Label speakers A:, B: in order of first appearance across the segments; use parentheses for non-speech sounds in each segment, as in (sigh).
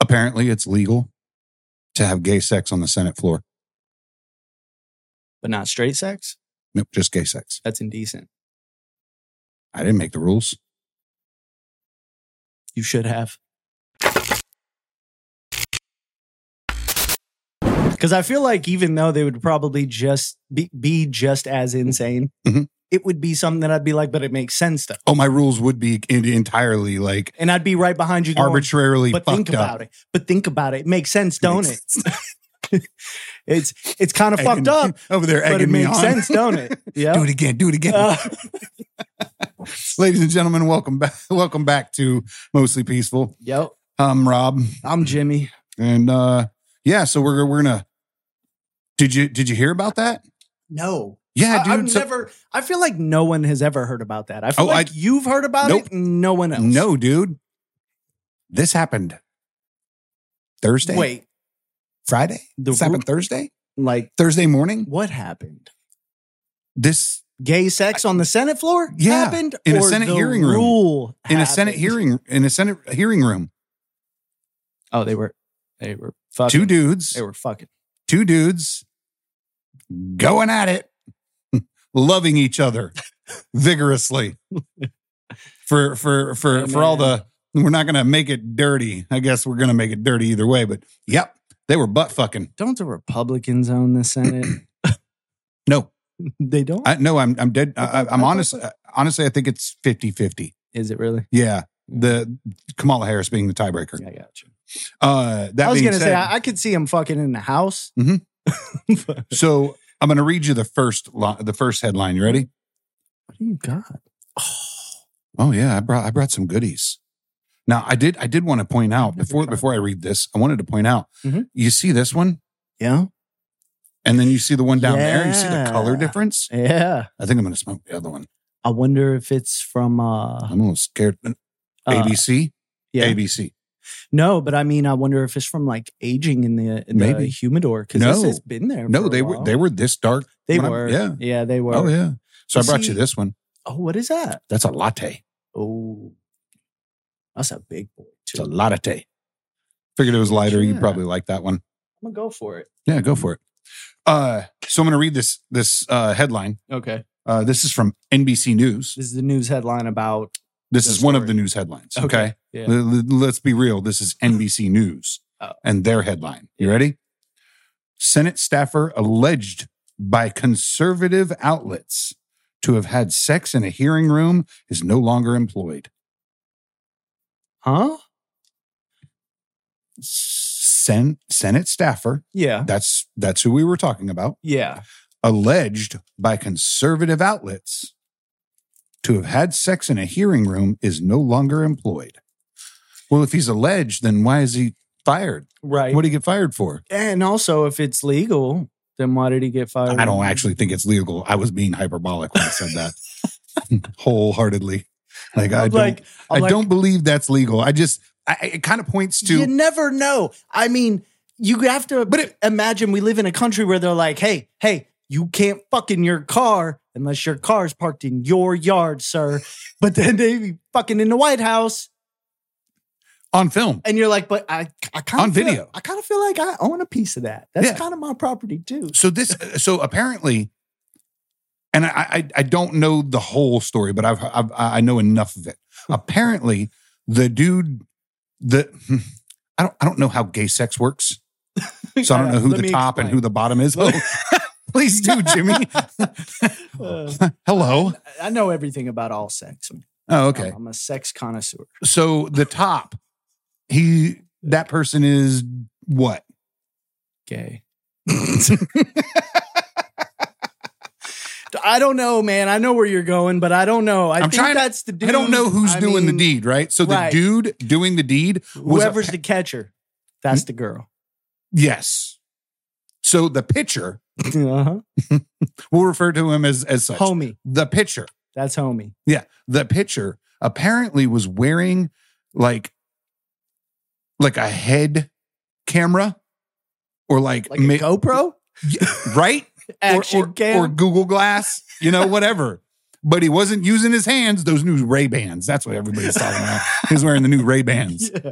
A: apparently it's legal to have gay sex on the Senate floor.
B: but not straight sex.
A: Nope, just gay sex.
B: That's indecent.
A: I didn't make the rules.
B: You should have. Because I feel like even though they would probably just be, be just as insane,
A: Mhm.
B: it would be something that I'd be like, but it makes sense though.
A: Oh, my rules would be in- entirely like
B: And I'd be right behind you going,
A: arbitrarily
B: but
A: fucked
B: think
A: up.
B: about it. But think about it. It makes sense, don't it?
A: Makes (laughs)
B: It's it's kind of
A: Egging- (laughs)
B: fucked up,
A: over there,
B: but
A: egging
B: it
A: me
B: makes
A: on.
B: sense, don't
A: (laughs)
B: it?
A: Do
B: Yeah.
A: it again. Do it again.
B: Uh,
A: Ladies and gentlemen, welcome back. Welcome back to Mostly Peaceful.
B: yep.
A: I'm Rob,
B: I'm Jimmy.
A: and uh yeah, so we're we're gonna. Did you did you hear about that?
B: No,
A: Yeah,
B: I,
A: dude.
B: have
A: so-
B: never. I feel like no one has ever heard about that. I feel
A: Oh,
B: like
A: I-
B: you've heard about
A: Nope.
B: it. No one else.
A: No, dude. This happened Thursday.
B: Wait.
A: Friday.
B: The
A: this happened
B: ru-
A: Thursday.
B: Like
A: Thursday morning.
B: what happened?
A: This
B: Gay sex on the Senate floor
A: Yeah,
B: happened
A: in a
B: Or
A: Senate
B: the
A: hearing room.
B: rule
A: in a Senate
B: happened?
A: hearing in a Senate hearing room.
B: Oh, they were they were fucking.
A: Two dudes.
B: They were fucking.
A: Two dudes going at it, (laughs) loving each
B: (laughs)
A: other vigorously. For for for
B: Oh,
A: for all
B: man.
A: the we're not gonna make it dirty. I guess we're gonna make it dirty either way, but yep, they were butt fucking.
B: Don't the Republicans own
A: (clears throat)
B: the Senate?
A: No,
B: they don't.
A: I, no, I'm I'm dead. I, I,
B: thought- I
A: I'm
B: thought
A: honest. Honestly, I think it's 50-50.
B: Is it really?
A: Yeah, the Kamala Harris being the tiebreaker.
B: I got you.
A: Uh, that
B: I was
A: being
B: gonna
A: said,
B: say I, I could see him fucking in the house.
A: Mhm.
B: (laughs)
A: so I'm going to read you the first li- the first headline. You ready?
B: what do you got?
A: Oh yeah, I brought I brought some goodies. Now I did I did want to point out
B: Never
A: before
B: tried.
A: before I read this, I wanted to point out
B: Mhm.
A: you see this one,
B: Yeah.
A: and then you see the one down there. You see the
B: Yeah.
A: color difference.
B: Yeah.
A: I think I'm going to smoke the other one.
B: I wonder if it's from uh,
A: I'm a little scared.
B: uh,
A: ABC,
B: yeah.
A: ABC.
B: No, but I mean, I wonder if it's from like aging in the, in the
A: Maybe.
B: humidor because
A: No.
B: this has been there.
A: No,
B: for a
A: they
B: while.
A: were they were this dark.
B: They
A: when I-
B: were.
A: yeah.
B: yeah, they were.
A: Oh yeah. So I
B: You
A: brought
B: see-
A: you this one.
B: Oh, what is that?
A: That's a latte.
B: Oh, that's a big boy
A: It's a
B: too.
A: latte. Figured it was lighter. You
B: Yeah.
A: probably like that one.
B: I'm gonna go for it.
A: Yeah, go for it. Uh, so I'm going to read this this uh, headline.
B: Okay,
A: Uh, this is from NBC News.
B: this is the news headline about.
A: This
B: the
A: is one of
B: story.
A: the news headlines. Okay,
B: Okay, yeah. Mm-hmm.
A: L- l- let's be real. This is NBC News
B: Oh.
A: and their headline. You ready? Senate staffer alleged by conservative outlets to have had sex in a hearing room is no longer employed.
B: Huh?
A: Sen- Senate staffer.
B: Yeah,
A: That's that's who we were talking about.
B: yeah.
A: alleged by conservative outlets to have had sex in a hearing room is no longer employed. Well, if he's alleged, then why is he fired?
B: Right.
A: What did he get fired for?
B: and also, if it's legal, then why did he get fired?
A: I don't actually think it's legal. I was being hyperbolic when I said that (laughs) wholeheartedly. Like I
B: I'm
A: don't,
B: like,
A: I
B: I'm like,
A: don't believe that's legal. I just, I, I- it kind of points to
B: you never know. I mean, you have to but imagine we live in a country where they're like, hey, hey, you can't fuck in your car unless your car's parked in your yard, sir. (laughs) but then they be fucking in the White House.
A: on film.
B: And you're like, but I I kind
A: On
B: of feel,
A: video.
B: I kind of feel like I own a piece of that. That's
A: Yeah.
B: kind of my property too.
A: So this, so apparently, and I, I, I don't know the whole story, but I've, I've I know enough of it.
B: Hmm.
A: apparently, the dude, the (laughs) I don't I don't know how gay sex
B: (laughs)
A: works, so I don't know who the top and who the bottom is.
B: Let-
A: Oh, (laughs) please
B: (laughs)
A: do, Jimmy. Oh.
B: Uh.
A: (laughs) Hello.
B: I know everything about all sex. man.
A: Oh, okay.
B: I'm, I'm a sex connoisseur.
A: So the top, he that person is what?
B: gay. (laughs) I don't know, man. I know where you're going, but I don't know. I
A: I'm
B: think
A: trying to-
B: that's the dude.
A: I don't know who's
B: I
A: doing
B: mean,
A: the deed, right? So the
B: right.
A: dude doing the deed was a
B: Whoever's the catcher,
A: Hmm?
B: that's the girl.
A: Yes. So the pitcher,
B: Uh-huh.
A: we'll refer to him as as such.
B: Homie.
A: The pitcher,
B: That's homie.
A: the pitcher apparently was wearing like like a head camera or like,
B: Like a
A: ma-
B: GoPro?
A: right or,
B: (laughs) Action
A: or,
B: cam? (laughs)
A: or Google Glass, you know, whatever. But he wasn't using his
B: (laughs)
A: hands. Those new Ray Bans. That's what everybody's talking about. He's wearing the new Ray Bans.
B: Yeah.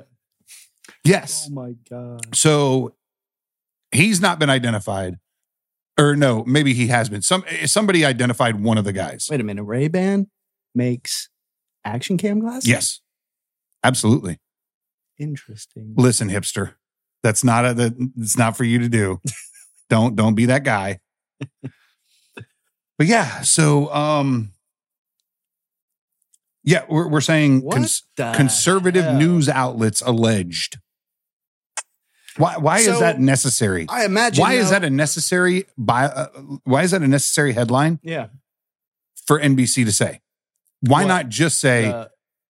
A: Yes.
B: Oh my god.
A: So he's not been identified. Or no, maybe he has been. Some somebody identified one of the guys.
B: Wait a minute. Ray Ban makes action cam glasses.
A: Yes. Absolutely.
B: Interesting.
A: Listen, hipster. That's not a that, it's not for you to
B: (laughs)
A: do. don't don't be that guy. but yeah, so um yeah, we're, we're saying
B: What
A: cons-
B: the
A: conservative
B: hell?
A: news outlets alleged. Why why
B: So-
A: is that necessary?
B: I imagine.
A: Why is
B: though-
A: that a necessary by uh, why is that a necessary headline
B: Yeah.
A: for NBC to say? Why
B: What?
A: not just say
B: uh,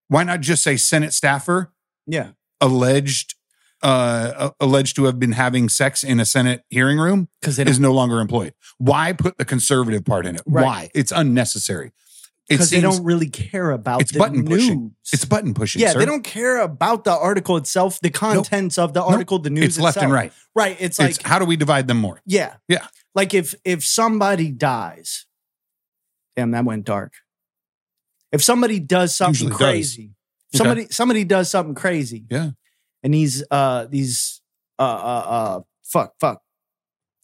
A: why not just say Senate staffer
B: yeah.
A: alleged uh a- alleged to have been having sex in a Senate hearing room
B: Because
A: is no longer employed. Why put the conservative part in it?
B: Right.
A: Why? It's unnecessary. It
B: because they
A: seems-
B: don't really care about
A: It's
B: the
A: button
B: news.
A: pushing. It's button pushing.
B: yeah,
A: sir.
B: they don't care about the article itself, the contents of the article, the news.
A: It's left and
B: itself.
A: right.
B: Right. It's like
A: It's how do we divide them more?
B: yeah,
A: Yeah.
B: Like if if somebody dies, damn, that went dark. If somebody does something
A: Usually does.
B: crazy,
A: Okay.
B: somebody somebody does something crazy,
A: Yeah.
B: and these uh these uh uh uh fuck fuck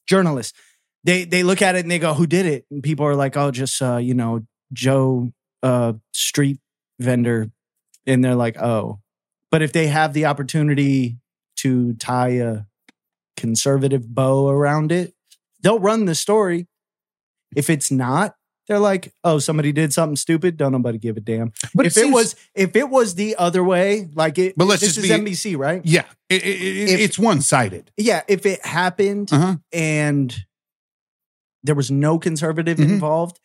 B: journalists, they they look at it and they go, who did it? And people are like, oh, just uh you know Joe uh street vendor, and they're like, oh, but if they have the opportunity to tie a conservative bow around it, they'll run the story. If it's not, they're like, oh, somebody did something stupid. Don't nobody give a damn.
A: But
B: if it was, if it was the other way, like it,
A: But let's
B: this
A: just
B: is
A: be-
B: NBC, right?
A: yeah, it, it, it-
B: If-
A: it's one sided.
B: Yeah. If it happened
A: Uh huh.
B: and there was no conservative
A: Mhm.
B: involved,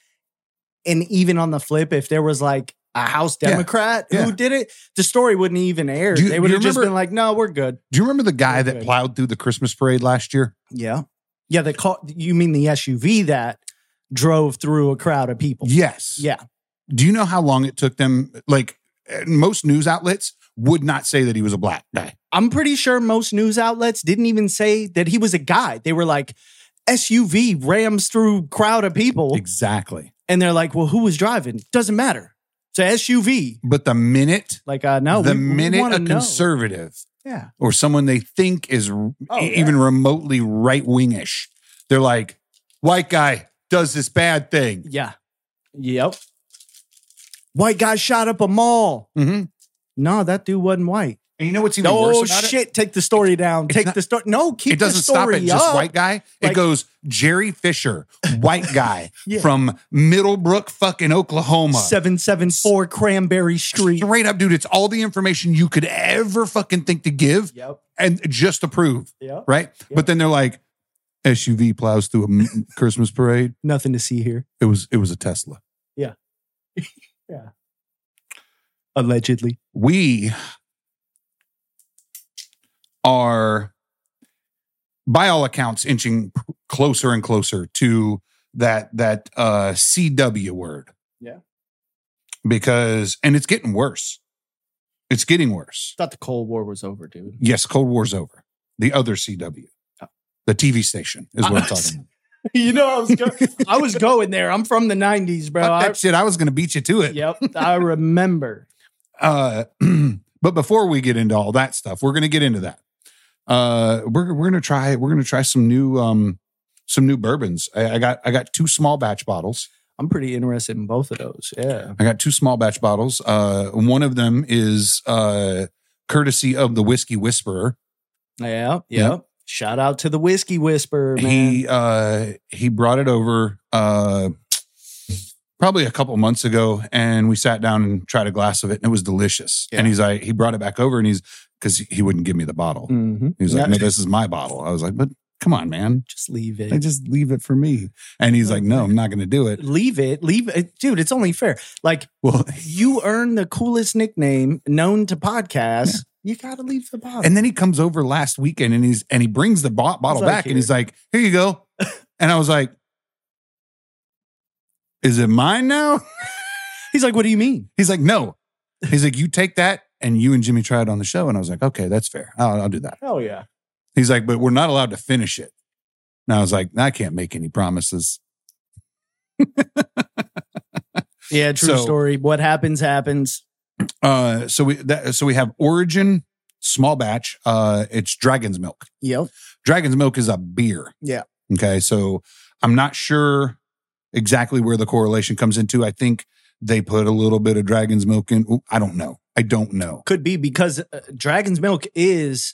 B: and even on the flip, if there was like a House
A: Yeah.
B: Democrat who
A: Yeah.
B: did it, the story wouldn't even air.
A: Do you-
B: they
A: do
B: would
A: you
B: have just
A: remember-
B: been like, no, we're good.
A: Do you remember the guy that
B: Okay.
A: plowed through the Christmas parade last year?
B: Yeah. Yeah, the car you mean the SUV that drove through a crowd of people.
A: Yes.
B: Oh, Yeah.
A: Do you know how long it took them? Like eh, most news outlets would not say that he was a black guy.
B: I'm pretty sure most news outlets didn't even say that he was a guy. They were like SUV rams through crowd of people
A: Exactly.
B: and they're like, "Well, who was driving? Doesn't matter. It's a SUV."
A: But the minute,
B: Like, uh no,
A: the
B: we- we
A: minute
B: wanna
A: a
B: know.
A: conservative
B: Yeah. Oh,
A: or someone they think is r
B: yeah.
A: E, even remotely right wingish, they're like, white guy does this bad thing.
B: Yeah. Yep. White guy shot up a mall.
A: Mm-hmm.
B: No, that dude wasn't white.
A: And you know what's even
B: Oh
A: worse about it?
B: shit, take the story down.
A: It's
B: Take
A: not-
B: the story. No, keep
A: It doesn't
B: the story
A: stop at
B: up.
A: just white guy.
B: Like-
A: it goes Jerry Fisher, white
B: (laughs)
A: guy
B: Yeah.
A: from Middlebrook, fucking Oklahoma.
B: 774 Cranberry Street.
A: Straight up, dude. It's all the information you could ever fucking think to give
B: Yep.
A: and just to prove,
B: Yep.
A: right? But then they're like, SUV plows through a m- (laughs) Christmas parade.
B: Nothing to see here.
A: It was it was a Tesla.
B: Allegedly.
A: we are by all accounts inching p- closer and closer to that that uh cw word
B: Yeah.
A: because and it's getting worse it's getting worse
B: Thought the Cold War was over, dude.
A: (laughs) yes cold war's over the other cw
B: Oh.
A: the tv station is
B: (laughs)
A: what i'm talking about
B: you know, I was go- (laughs) I was going there. I'm from the '90s,
A: (laughs)
B: bro.
A: Fuck
B: I,
A: that shit i was gonna beat you to it
B: (laughs) yep, I remember.
A: Uh, (clears throat) but before we get into all that stuff, we're going to get into that. Uh, we're we're going to try we're going to try some new um some new bourbons. I, I got I got two small batch bottles.
B: I'm pretty interested in both of those. Yeah.
A: I got two small batch bottles. Uh, one of them is uh courtesy of the Whiskey Whisperer.
B: Yeah. Yep. Shout out to the Whiskey Whisperer, man.
A: He uh he brought it over uh probably a couple months ago and we sat down and tried a glass of it and it was delicious.
B: Yeah.
A: And he's like he brought it back over and he's because he wouldn't give me the bottle.
B: Mhm.
A: He was like,
B: Yeah.
A: "No, this is my bottle." I was like, "But come on, man,
B: Just leave
A: Like,
B: it.
A: just leave it for me." And he's like, "No, I'm not going to do it." (laughs)
B: Leave it. Leave it, dude. It's only fair. Like
A: Well,
B: you earn the coolest nickname known to podcasts. You gotta leave the bottle.
A: and then he comes over last weekend and he's and he brings the bo- bottle
B: like,
A: back
B: "Here."
A: and he's like, "Here you
B: (laughs)
A: go," and I was like, "Is it mine now?" (laughs)
B: he's like, "What do you mean?"
A: He's like, "No." He's like, "You take that." And you and Jimmy try it on the show. And I was like, okay, that's fair. I'll, I'll do that.
B: Hell yeah.
A: He's like, but we're not allowed to finish it. And I was like, I can't make any promises.
B: Yeah, true
A: So-
B: story. What happens happens.
A: Uh, so we that, so we have Origin small batch. Uh, it's Dragon's Milk.
B: Yep.
A: Dragon's Milk is a beer.
B: Yeah.
A: Okay. So I'm not sure exactly where the correlation comes into. I think they put a little bit of Dragon's Milk in. Ooh, I don't know. I don't know.
B: Could be because uh, Dragon's Milk is,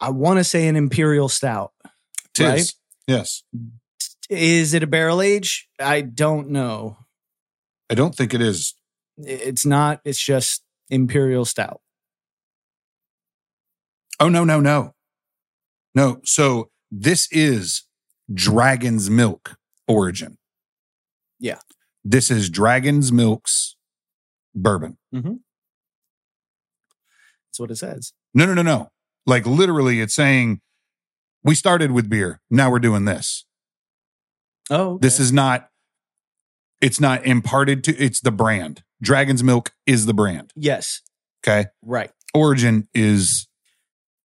B: I want to say, an imperial stout.
A: Tis.
B: Right?
A: Yes.
B: Is it a barrel age? I don't know.
A: I don't think it is.
B: It's not. It's just imperial stout.
A: Oh, no, no, no. No. So this is Dragon's Milk origin.
B: Yeah.
A: This is Dragon's Milk's bourbon.
B: That's what it says.
A: No, no, no, no. Like literally, it's saying we started with beer. Now we're doing this.
B: Oh,
A: This is not, it's not imparted to, it's the brand. Dragon's Milk is the brand.
B: yes,
A: Okay.
B: right.
A: Origin is,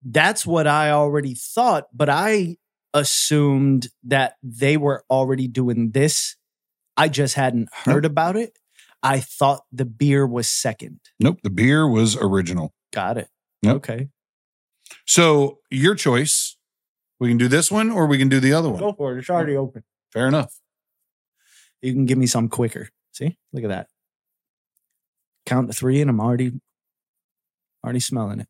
B: That's what I already thought, but I assumed that they were already doing this. I just hadn't heard about it. I thought the beer was second.
A: nope, the beer was original.
B: Got it.
A: Yep.
B: Okay.
A: So your choice. We can do this one or we can do the other one.
B: for it. It's already open.
A: Fair enough.
B: You can give me some quicker. See? Look at that. Count to three and I'm already already smelling it.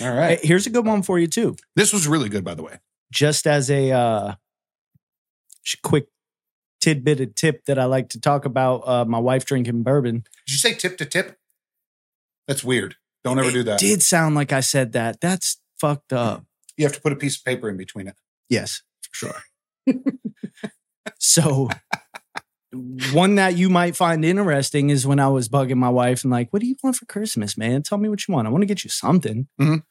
A: All right.
B: Hey, here's a good one for you too.
A: This was really good, by the way.
B: Just as a uh sh- quick tidbit of tip that I like to talk about uh my wife drinking bourbon.
A: Did you say tip to tip? That's weird. Don't ever do that.
B: Did sound like I said that. That's fucked up.
A: You have to put a piece of paper in between it.
B: Yes. Sure. So, (laughs) one that you might find interesting is when I was bugging my wife and like, "What do you want for Christmas, man? Tell me what you want. I want to get you something."
A: Mhm.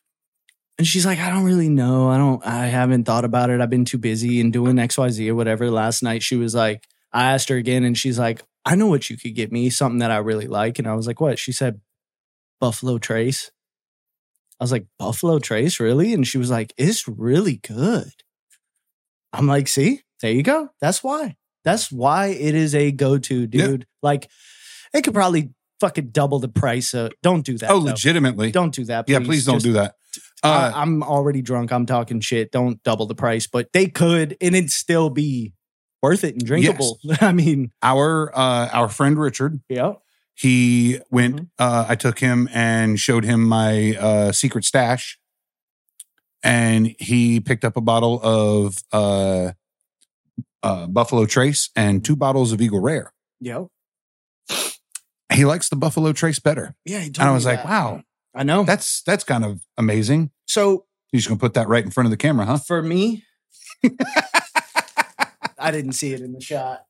B: And she's like, "I don't really know. I don't. I haven't thought about it. I've been too busy and doing X, Y, Z or whatever." Last night she was like, I asked her again, and she's like, "I know what you could get me. Something that I really like." And I was like, "What?" She said, "Buffalo Trace." I was like, "Buffalo Trace, really?" And she was like, "It's really good." I'm like, see, there you go. That's why. That's why it is a go-to,
A: Yeah.
B: dude. Like, it could probably fucking double the price. Of, don't do that.
A: oh,
B: though.
A: legitimately.
B: Don't do that.
A: yeah, please don't
B: Just-
A: do that. Uh,
B: I, I'm already drunk. I'm talking shit. Don't double the price, but they could, and it'd still be worth it and drinkable. (laughs) I mean,
A: our uh, our friend Richard,
B: yeah,
A: he went.
B: Mhm.
A: Uh, I took him and showed him my uh, secret stash, and he picked up a bottle of uh, uh, Buffalo Trace and two bottles of Eagle Rare.
B: yeah,
A: He likes the Buffalo Trace better,
B: yeah. he
A: and
B: told
A: I
B: me
A: was like,
B: that.
A: "Wow,
B: I know."
A: that's that's kind of amazing."
B: so uh,
A: You're just gonna put that right in front of the camera, huh?
B: for me, (laughs) I didn't see it in the shot.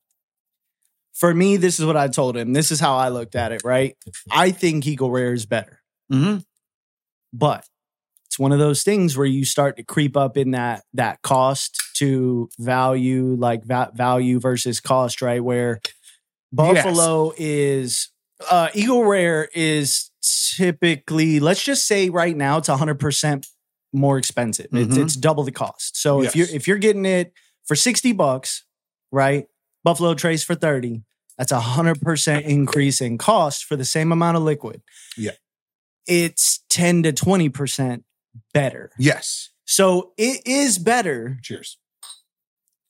B: For me, this is what I told him. This is how I looked at it. Right? I think Eagle Rare is better.
A: Mm-hmm.
B: but it's one of those things where you start to creep up in that that cost to value like va- value versus cost right where buffalo is uh eagle rare is typically let's just say right now it's 100% more expensive it's,
A: Mhm.
B: it's double the cost so if you're
A: Yes.
B: if you're getting it for 60 bucks right buffalo trace for 30 that's a 100% increase in cost for the same amount of liquid it's 10 to 20% better.
A: Yes.
B: So it is better,
A: Cheers.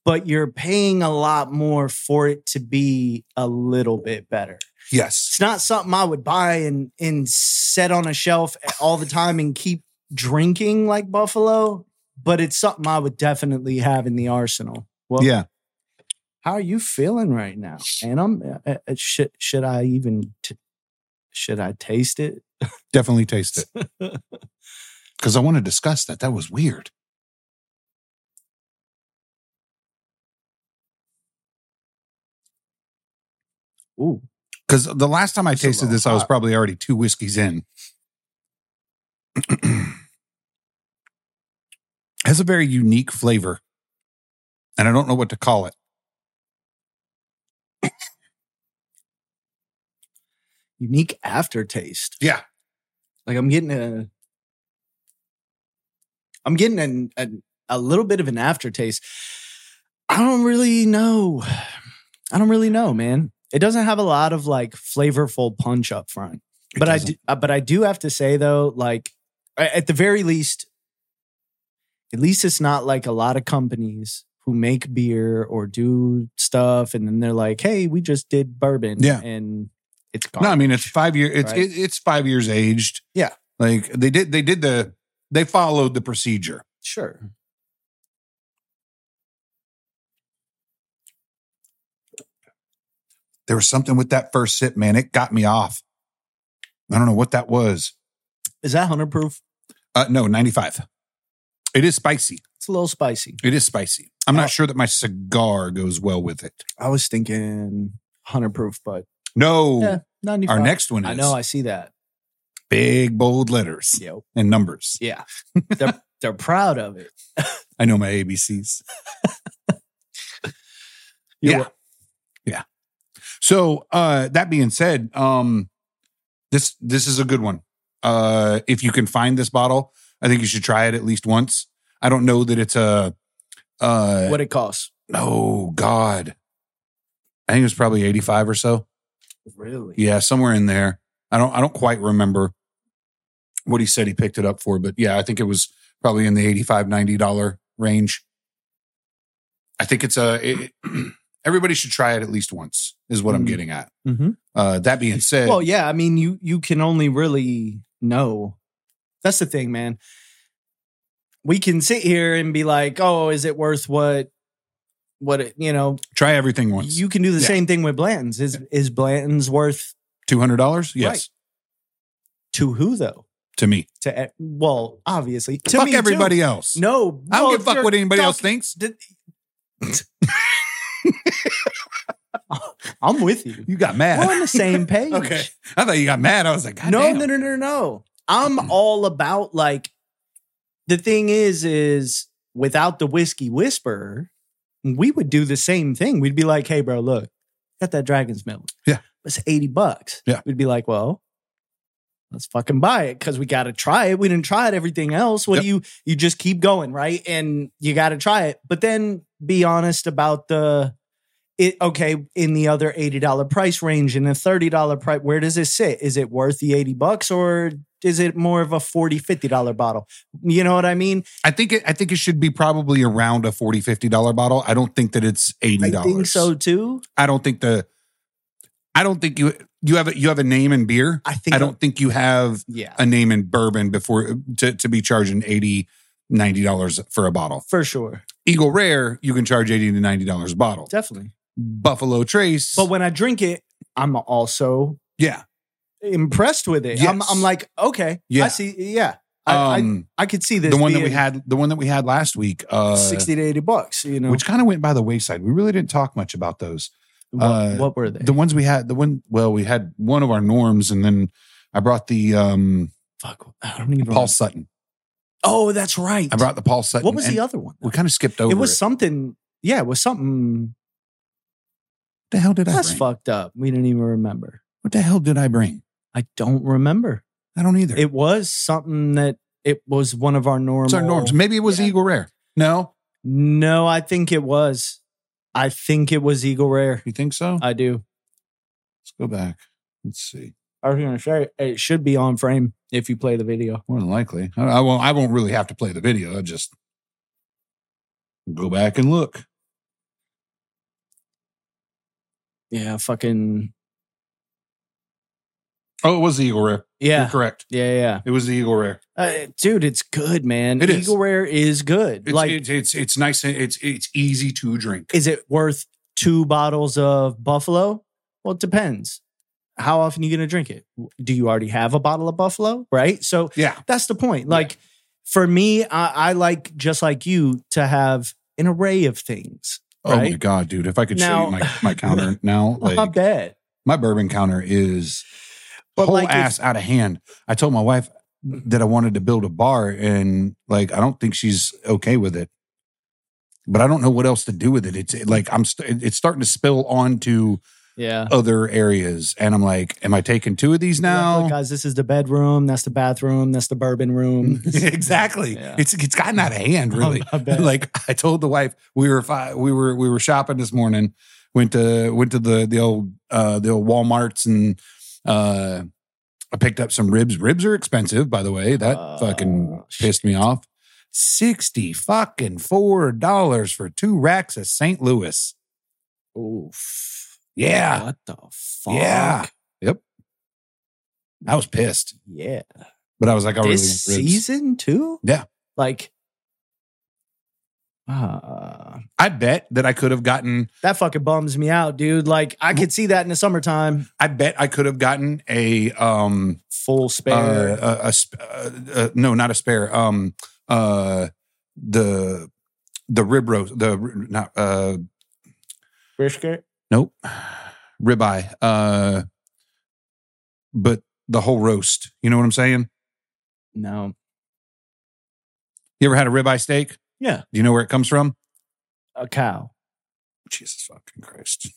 B: but you're paying a lot more for it to be a little bit better.
A: Yes.
B: It's not something I would buy and and set on a shelf all the time and keep drinking like Buffalo, but it's something I would definitely have in the arsenal. Well,
A: yeah.
B: how are you feeling right now? And I'm uh, uh, should should I even t- should I taste it?
A: Definitely taste it. Because I want to discuss that. That was weird.
B: Ooh,
A: Because the last time I
B: It's a
A: tasted
B: little
A: this, I was
B: hot.
A: probably already two whiskeys in. (clears throat) Has a very unique flavor. And I don't know what to call it.
B: unique aftertaste.
A: Yeah.
B: Like I'm getting a, I'm getting an, a a little bit of (sighs) an aftertaste. I don't really know. I don't really know, man. It doesn't have a lot of like flavorful punch up front.
A: It
B: but I
A: doesn't.
B: do, uh, but I do have to say though, like a- at the very least, at least it's not like a lot of companies who make beer or do stuff, and then they're like, "Hey, we just did bourbon,
A: Yeah.
B: and it's gone."
A: No, I mean it's five year. It's
B: Right.
A: it, it's five years aged.
B: Yeah.
A: like they did. They did the. They followed the procedure.
B: sure.
A: There was something with that first sip, man. It got me off. I don't know what that was.
B: Is that hunter proof?
A: Uh, no, ninety five. It is spicy.
B: It's a little spicy.
A: It is spicy. I'm
B: Oh.
A: not sure that my cigar goes well with it.
B: I was thinking hunter proof, but
A: No,
B: Yeah, ninety.
A: our next one is
B: I know. I see that.
A: big bold letters
B: Yep.
A: and numbers.
B: Yeah, (laughs) they're they're proud of it.
A: I know my ABCs.
B: You're
A: yeah. Yeah. So uh that being said, um this this is a good one. Uh if you can find this bottle, I think you should try it at least once. I don't know that it's a uh
B: What it costs?
A: oh god. I think it was probably 85 or so.
B: Really?
A: Yeah, somewhere in there. I don't I don't quite remember what he said he picked it up for, but yeah, I think it was probably in the 85 90 dollar range. I think it's a it, (clears throat) everybody should try it at least once is what I'm
B: Mm.
A: getting at.
B: Mm-hmm.
A: Uh that being said,
B: Well, yeah. I mean, you you can only really know. That's the thing, man. We can sit here and be like, "Oh, is it worth what?" What it, you know?
A: try everything once.
B: You can do the
A: Yeah.
B: same thing with Blanton's. Is is Blanton's worth
A: $200? Yes,
B: Right. to who though?
A: to me.
B: To e- well, obviously, to
A: fuck
B: me, too.
A: everybody else.
B: No,
A: I don't
B: well,
A: give a fuck
B: you're
A: what anybody else
B: talking-
A: thinks.
B: I'm with you.
A: You got
B: We're on
A: mad.
B: the same
A: (laughs)
B: page.
A: okay. I thought you got mad. I was like, God
B: no,
A: damn.
B: no, no, no, no.
A: Mm-hmm.
B: I'm all about like the thing is, is without the whiskey whisperer, we would do the same thing. We'd be like, hey, bro, look, got that dragon's milk.
A: Yeah.
B: It's 80 bucks.
A: Yeah.
B: We'd be like, well, let's fucking buy it because we got to try it. We didn't try it. Everything else, what do you, you just keep going, right? And you got to try it. But then be honest about the, it okay in the other eighty dollar price range in the thirty dollar price. Where does it sit? Is it worth the eighty bucks or is it more of a 40 50 dollar bottle? You know what I mean?
A: I think it, I think it should be probably around a 40 50 dollar bottle. I don't think that it's
B: I
A: $80.
B: think so too.
A: I don't think the I don't think you you have a, you have a name in beer.
B: I think
A: I don't think you have
B: yeah,
A: a name in bourbon before to, to be charging 80 90 dollars for a bottle.
B: for sure.
A: Eagle Rare, you can charge 80 to 90 dollars a bottle.
B: Definitely.
A: Buffalo Trace.
B: But when I drink it, I'm also
A: yeah.
B: impressed with it. I'm,
A: Yes.
B: I'm like, okay,
A: Yeah.
B: I see. Yeah. I,
A: Um
B: I, I could see this.
A: the one that we
B: being
A: had the one that we had last week uh
B: 60 to 80 bucks, you know.
A: which kind of went by the wayside. We really didn't talk much about those.
B: what,
A: uh,
B: what were they?
A: The ones we had the one well we had one of our norms and then I brought the um
B: Fuck. I don't even
A: Paul Sutton.
B: Oh, that's right.
A: I brought the Paul Sutton.
B: what was
A: and
B: the other one?
A: We kind of skipped over
B: It was
A: it.
B: something. Yeah, it was something.
A: What the hell did I
B: That's
A: bring?
B: fucked up. We didn't even remember.
A: What the hell did I bring?
B: I don't remember.
A: I don't either.
B: It was something that it was one of our normal.
A: it's our norms. Maybe it was
B: Yeah.
A: Eagle Rare. No,
B: No, I think it was. I think it was Eagle Rare.
A: you think so?
B: I do.
A: Let's go back. Let's see.
B: I was gonna say it should be on frame if you play the video.
A: More than likely, I, I won't. I won't really have to play the video. I just go back and look.
B: Yeah, fucking
A: Oh, it was the Eagle Rare. You're
B: yeah,
A: correct.
B: yeah, yeah.
A: It was the Eagle Rare.
B: Uh, dude, it's good, man.
A: It is.
B: Eagle Rare is good.
A: It's,
B: like,
A: it's, it's it's nice. and It's it's easy to drink.
B: is it worth two bottles of buffalo? Well, it depends. How often are you going to drink it? Do you already have a bottle of buffalo? Right. So
A: yeah,
B: that's the point. Like for me, I, I like just like you to have an array of things.
A: Oh my
B: Right?
A: god, dude! If I could show
B: Now-
A: you my, my
B: (laughs)
A: counter now,
B: Not
A: like
B: bad.
A: my bourbon counter is
B: But
A: whole
B: like if-
A: ass out of hand. I told my wife that I wanted to build a bar, and like I don't think she's okay with it. But I don't know what else to do with it. It's it- like I'm st- it's starting to spill onto
B: Yeah.
A: other areas, and I'm like, am I taking two of these now? (laughs)
B: Look, guys, this is the bedroom. That's the bathroom. That's the bourbon room.
A: exactly.
B: (laughs) Yeah.
A: It's it's gotten out of hand, really. (laughs)
B: I bet.
A: like I told the wife, we were fi- we were we were shopping this morning. Went to went to the the old uh, the old WalMarts and uh, I picked up some ribs. Ribs are expensive, by the way. That
B: Oh,
A: fucking pissed me off. Sixty fucking four dollars for two racks of St. Louis.
B: Oof.
A: Yeah,
B: What the fuck?
A: Yeah. I was pissed,
B: Yeah.
A: but I was like, I really
B: this
A: want ribs.
B: season too?
A: Yeah.
B: Like uh,
A: I bet that I could have gotten.
B: that fucking bums me out, dude. Like I could see that in the summertime.
A: I bet I could have gotten a um
B: Full
A: uh,
B: spare.
A: a, a sp- uh, uh, no, not a spare. Um, uh, the the rib roast, the r- not uh,
B: brisket.
A: nope, ribeye. Uh, but the whole roast. You know what I'm saying?
B: No.
A: You ever had a ribeye steak?
B: Yeah.
A: Do you know where it comes from?
B: A cow.
A: Jesus fucking Christ!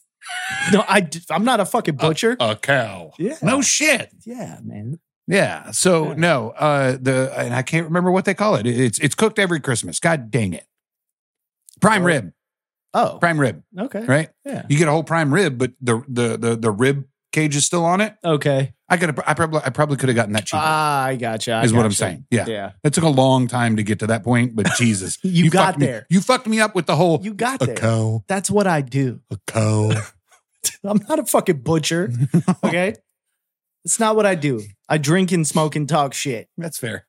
B: No, I d- I'm not a fucking butcher.
A: A cow.
B: yeah.
A: Oh, No shit.
B: Yeah, man.
A: Yeah. So
B: Yeah.
A: no, uh, the and I can't remember what they call it. It's it's cooked every Christmas. God dang it! Prime
B: Oh.
A: rib,
B: Oh.
A: prime rib,
B: Okay.
A: right?
B: Yeah.
A: You get a whole prime rib, but the the the, the rib cage is still on it.
B: Okay.
A: I could I probably I probably could have gotten that cheaper.
B: Ah, I gotcha. I
A: is what I'm
B: gotcha.
A: saying. Yeah.
B: Yeah.
A: it took a long time to get to that point,
B: (laughs)
A: but Jesus,
B: You,
A: fucked
B: got
A: me-
B: there.
A: You fucked me up with the whole
B: You got
A: a
B: there.
A: cow,
B: That's what I do.
A: a
B: (laughs)
A: cow.
B: I'm not a fucking
A: (laughs)
B: butcher. Okay. it's not what I do. I drink and smoke and talk shit.
A: That's fair.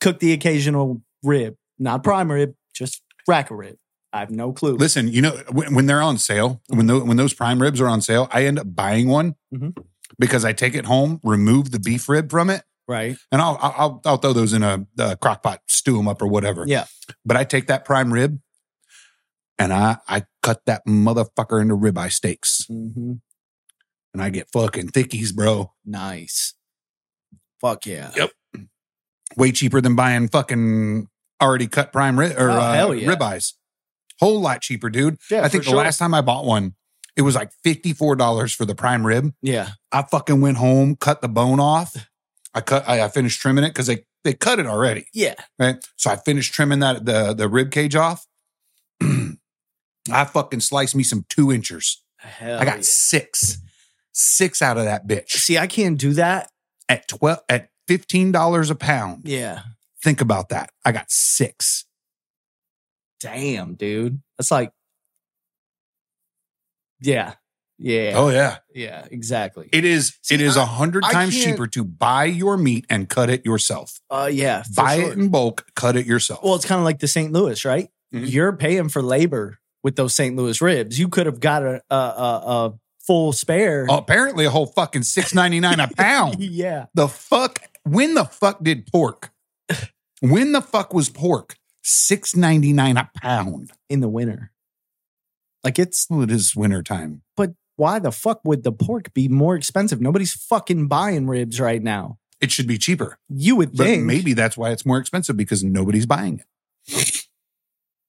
B: Cook the occasional rib, not prime rib, just rack a rib. I have no clue.
A: Listen, you know when, when they're on sale, when those, when those prime ribs are on sale, I end up buying one
B: Mhm.
A: because I take it home, remove the beef rib from it,
B: Right.
A: and I'll I'll, I'll, I'll throw those in a, a crock pot, stew them up or whatever.
B: Yeah.
A: But I take that prime rib, and I I cut that motherfucker into ribeye steaks,
B: hmm
A: and I get fucking thickies, bro.
B: Nice. Fuck yeah.
A: Yep. Way cheaper than buying fucking already cut prime rib or
B: Oh,
A: uh,
B: hell yeah.
A: ribeyes. Whole lot cheaper, dude.
B: Yeah.
A: I think
B: for
A: the
B: sure.
A: last time I bought one, it was like fifty four dollars for the prime rib.
B: Yeah.
A: I fucking went home, cut the bone off. I cut. I, I finished trimming it because they they cut it already,
B: Yeah.
A: right? So I finished trimming that the the rib cage off. (clears throat) I fucking sliced me some two inchers.
B: Hell
A: I got
B: Oh, yeah.
A: six, six out of that bitch
B: See, I can't do that.
A: at twelve at fifteen dollars a pound.
B: Yeah.
A: Think about that. I got six.
B: Damn, dude. That's like, yeah. Yeah.
A: Oh yeah,
B: Yeah. Exactly.
A: it is.
B: See,
A: it is
B: I-
A: a hundred
B: I
A: times
B: can't-
A: cheaper to buy your meat and cut it yourself.
B: uh, yeah. for
A: buy
B: sure.
A: it in bulk, cut it yourself.
B: Well, it's kind of like the St. Louis, right?
A: Mhm.
B: You're paying for labor with those St. Louis ribs. You could have got a a, a, a full spare.
A: Oh, apparently, a whole fucking six ninety nine a pound.
B: (laughs) yeah,
A: The fuck? When the fuck did pork? When the fuck was pork six ninety nine a pound?
B: in the winter. Like it's
A: Well, it is wintertime.
B: but why the fuck would the pork be more expensive? Nobody's fucking buying ribs right now.
A: It should be cheaper,
B: You would
A: but
B: think.
A: maybe that's why it's more expensive because nobody's buying it.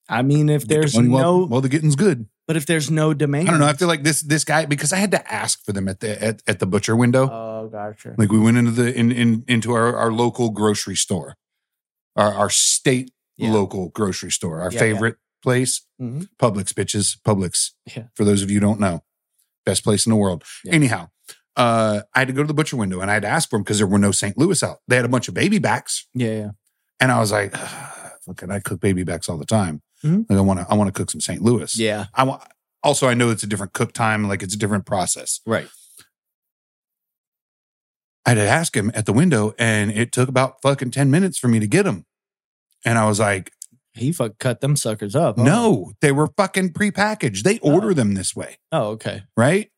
B: I mean, if there's
A: well,
B: no,
A: well, the getting's good.
B: but if there's no demand,
A: I don't know. I feel like this this guy because I had to ask for them at the at, at the butcher window.
B: Oh, gotcha.
A: like we went into the in, in into our, our local grocery store, our our state
B: Yeah.
A: local grocery store, our
B: Yeah, yeah.
A: favorite place,
B: Mhm.
A: Publix, bitches, Publix.
B: Yeah.
A: For those of you who don't know, best place in the world.
B: Yeah.
A: Anyhow, uh, I had to go to the butcher window and I had to ask for them because there were no St. Louis out. They had a bunch of baby backs,
B: Yeah, yeah.
A: and I was like, "Look, I cook baby backs all the time.
B: Mhm.
A: Like I want to, I want to cook some St. Louis.
B: Yeah.
A: I want. Also, I know it's a different cook time, like it's a different process.
B: Right.
A: I had to ask him at the window, and it took about fucking ten minutes for me to get them. And I was like,
B: He fuck cut them suckers up. huh?
A: "No, they were fucking prepackaged. They
B: Oh.
A: order them this way,
B: Oh, okay.
A: right?"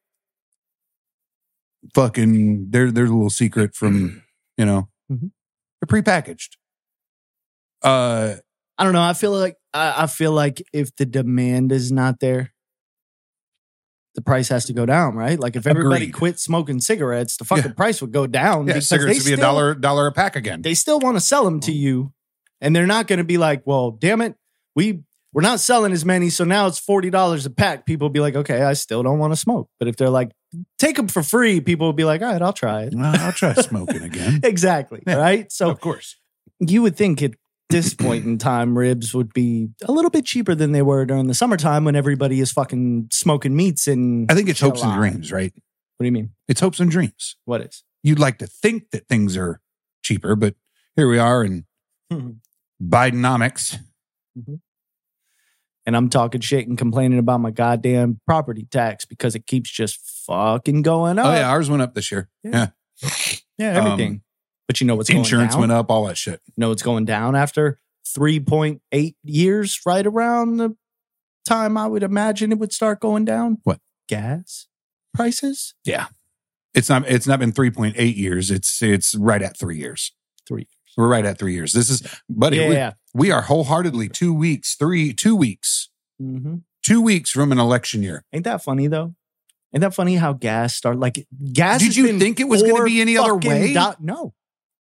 A: Fucking, there, there's a little secret
B: Mm-hmm.
A: from you know,
B: Mhm.
A: they're prepackaged. Uh,
B: I don't know. I feel like I, I feel like if the demand is not there, the price has to go down, right? Like if everybody
A: Agreed.
B: quit smoking cigarettes, the fucking price would go down.
A: yeah,
B: because
A: cigarettes would be
B: they
A: a
B: still-
A: dollar Mm-hmm. dollar a pack again.
B: They still want to sell them to you, and they're not going to be like, "Well, damn it, we we're not selling as many, so now it's forty dollars a pack." People will be like, "Okay, I still don't want to smoke," but if they're like, "Take them for free," people will be like, "All right, I'll try it."
A: well, I'll try smoking again.
B: Exactly.
A: Yeah.
B: Right. (laughs) So
A: of course.
B: you would think it this point in time, ribs would be a little bit cheaper than they were during the summertime when everybody is fucking smoking meats. And
A: I think it's hopes and
B: July.
A: dreams, right?
B: what do you mean?
A: It's hopes and dreams.
B: What is?
A: You'd like to think that things are cheaper, but here we are in Hmm.
B: Mhm.
A: Bidenomics.
B: And I'm talking shit and complaining about my goddamn property tax because it keeps just fucking going up.
A: Oh, yeah, ours went up this year.
B: Yeah. Yeah, everything.
A: Um,
B: but you know what's
A: Insurance
B: going down?
A: went up, all that shit.
B: You know what's going down after 3.8 years, right around the time I would imagine it would start going down?
A: What?
B: Gas prices?
A: It's not. It's not been three point eight years. It's it's right at three years.
B: Three.
A: We're right at three years. This is, buddy.
B: yeah.
A: we- we are wholeheartedly two weeks, three, two weeks,
B: Mm-hmm.
A: two weeks from an election year.
B: Ain't that funny though? Ain't that funny how gas started? Like gas.
A: Did
B: has
A: you
B: been
A: think it was gonna
B: four
A: be any other
B: fucking
A: way?
B: do- no,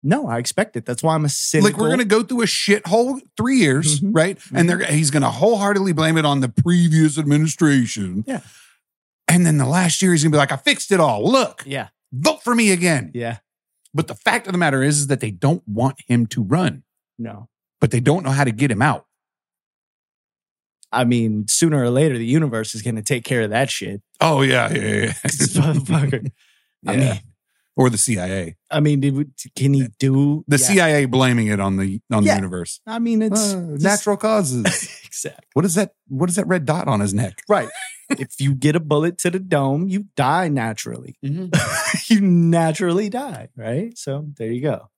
B: no. I expect it. That's why I'm a cynical.
A: Like we're gonna go through a shithole three years,
B: Mhm.
A: right? And they're he's gonna wholeheartedly blame it on the previous administration.
B: Yeah.
A: And then the last year he's gonna be like, I fixed it all. Look,
B: Yeah,
A: vote for me again.
B: yeah.
A: But the fact of the matter is, is that they don't want him to run,
B: No,
A: but they don't know how to get him out.
B: I mean, sooner or later, the universe is gonna take care of that shit. (laughs)
A: Oh yeah, yeah, (laughs) yeah,
B: This motherfucker. I
A: Yeah.
B: mean,
A: or the CIA.
B: I mean, did we, can he do
A: The
B: yeah.
A: CIA blaming it on the on
B: Yeah.
A: the universe.
B: I mean, it's
A: Uh,
B: just- (laughs)
A: natural causes.
B: Exact.
A: what is that? What is that red dot on his neck?
B: Right. if you get a bullet to the dome, you die naturally. (laughs)
A: Mm-hmm.
B: you naturally die. Right. So there you go.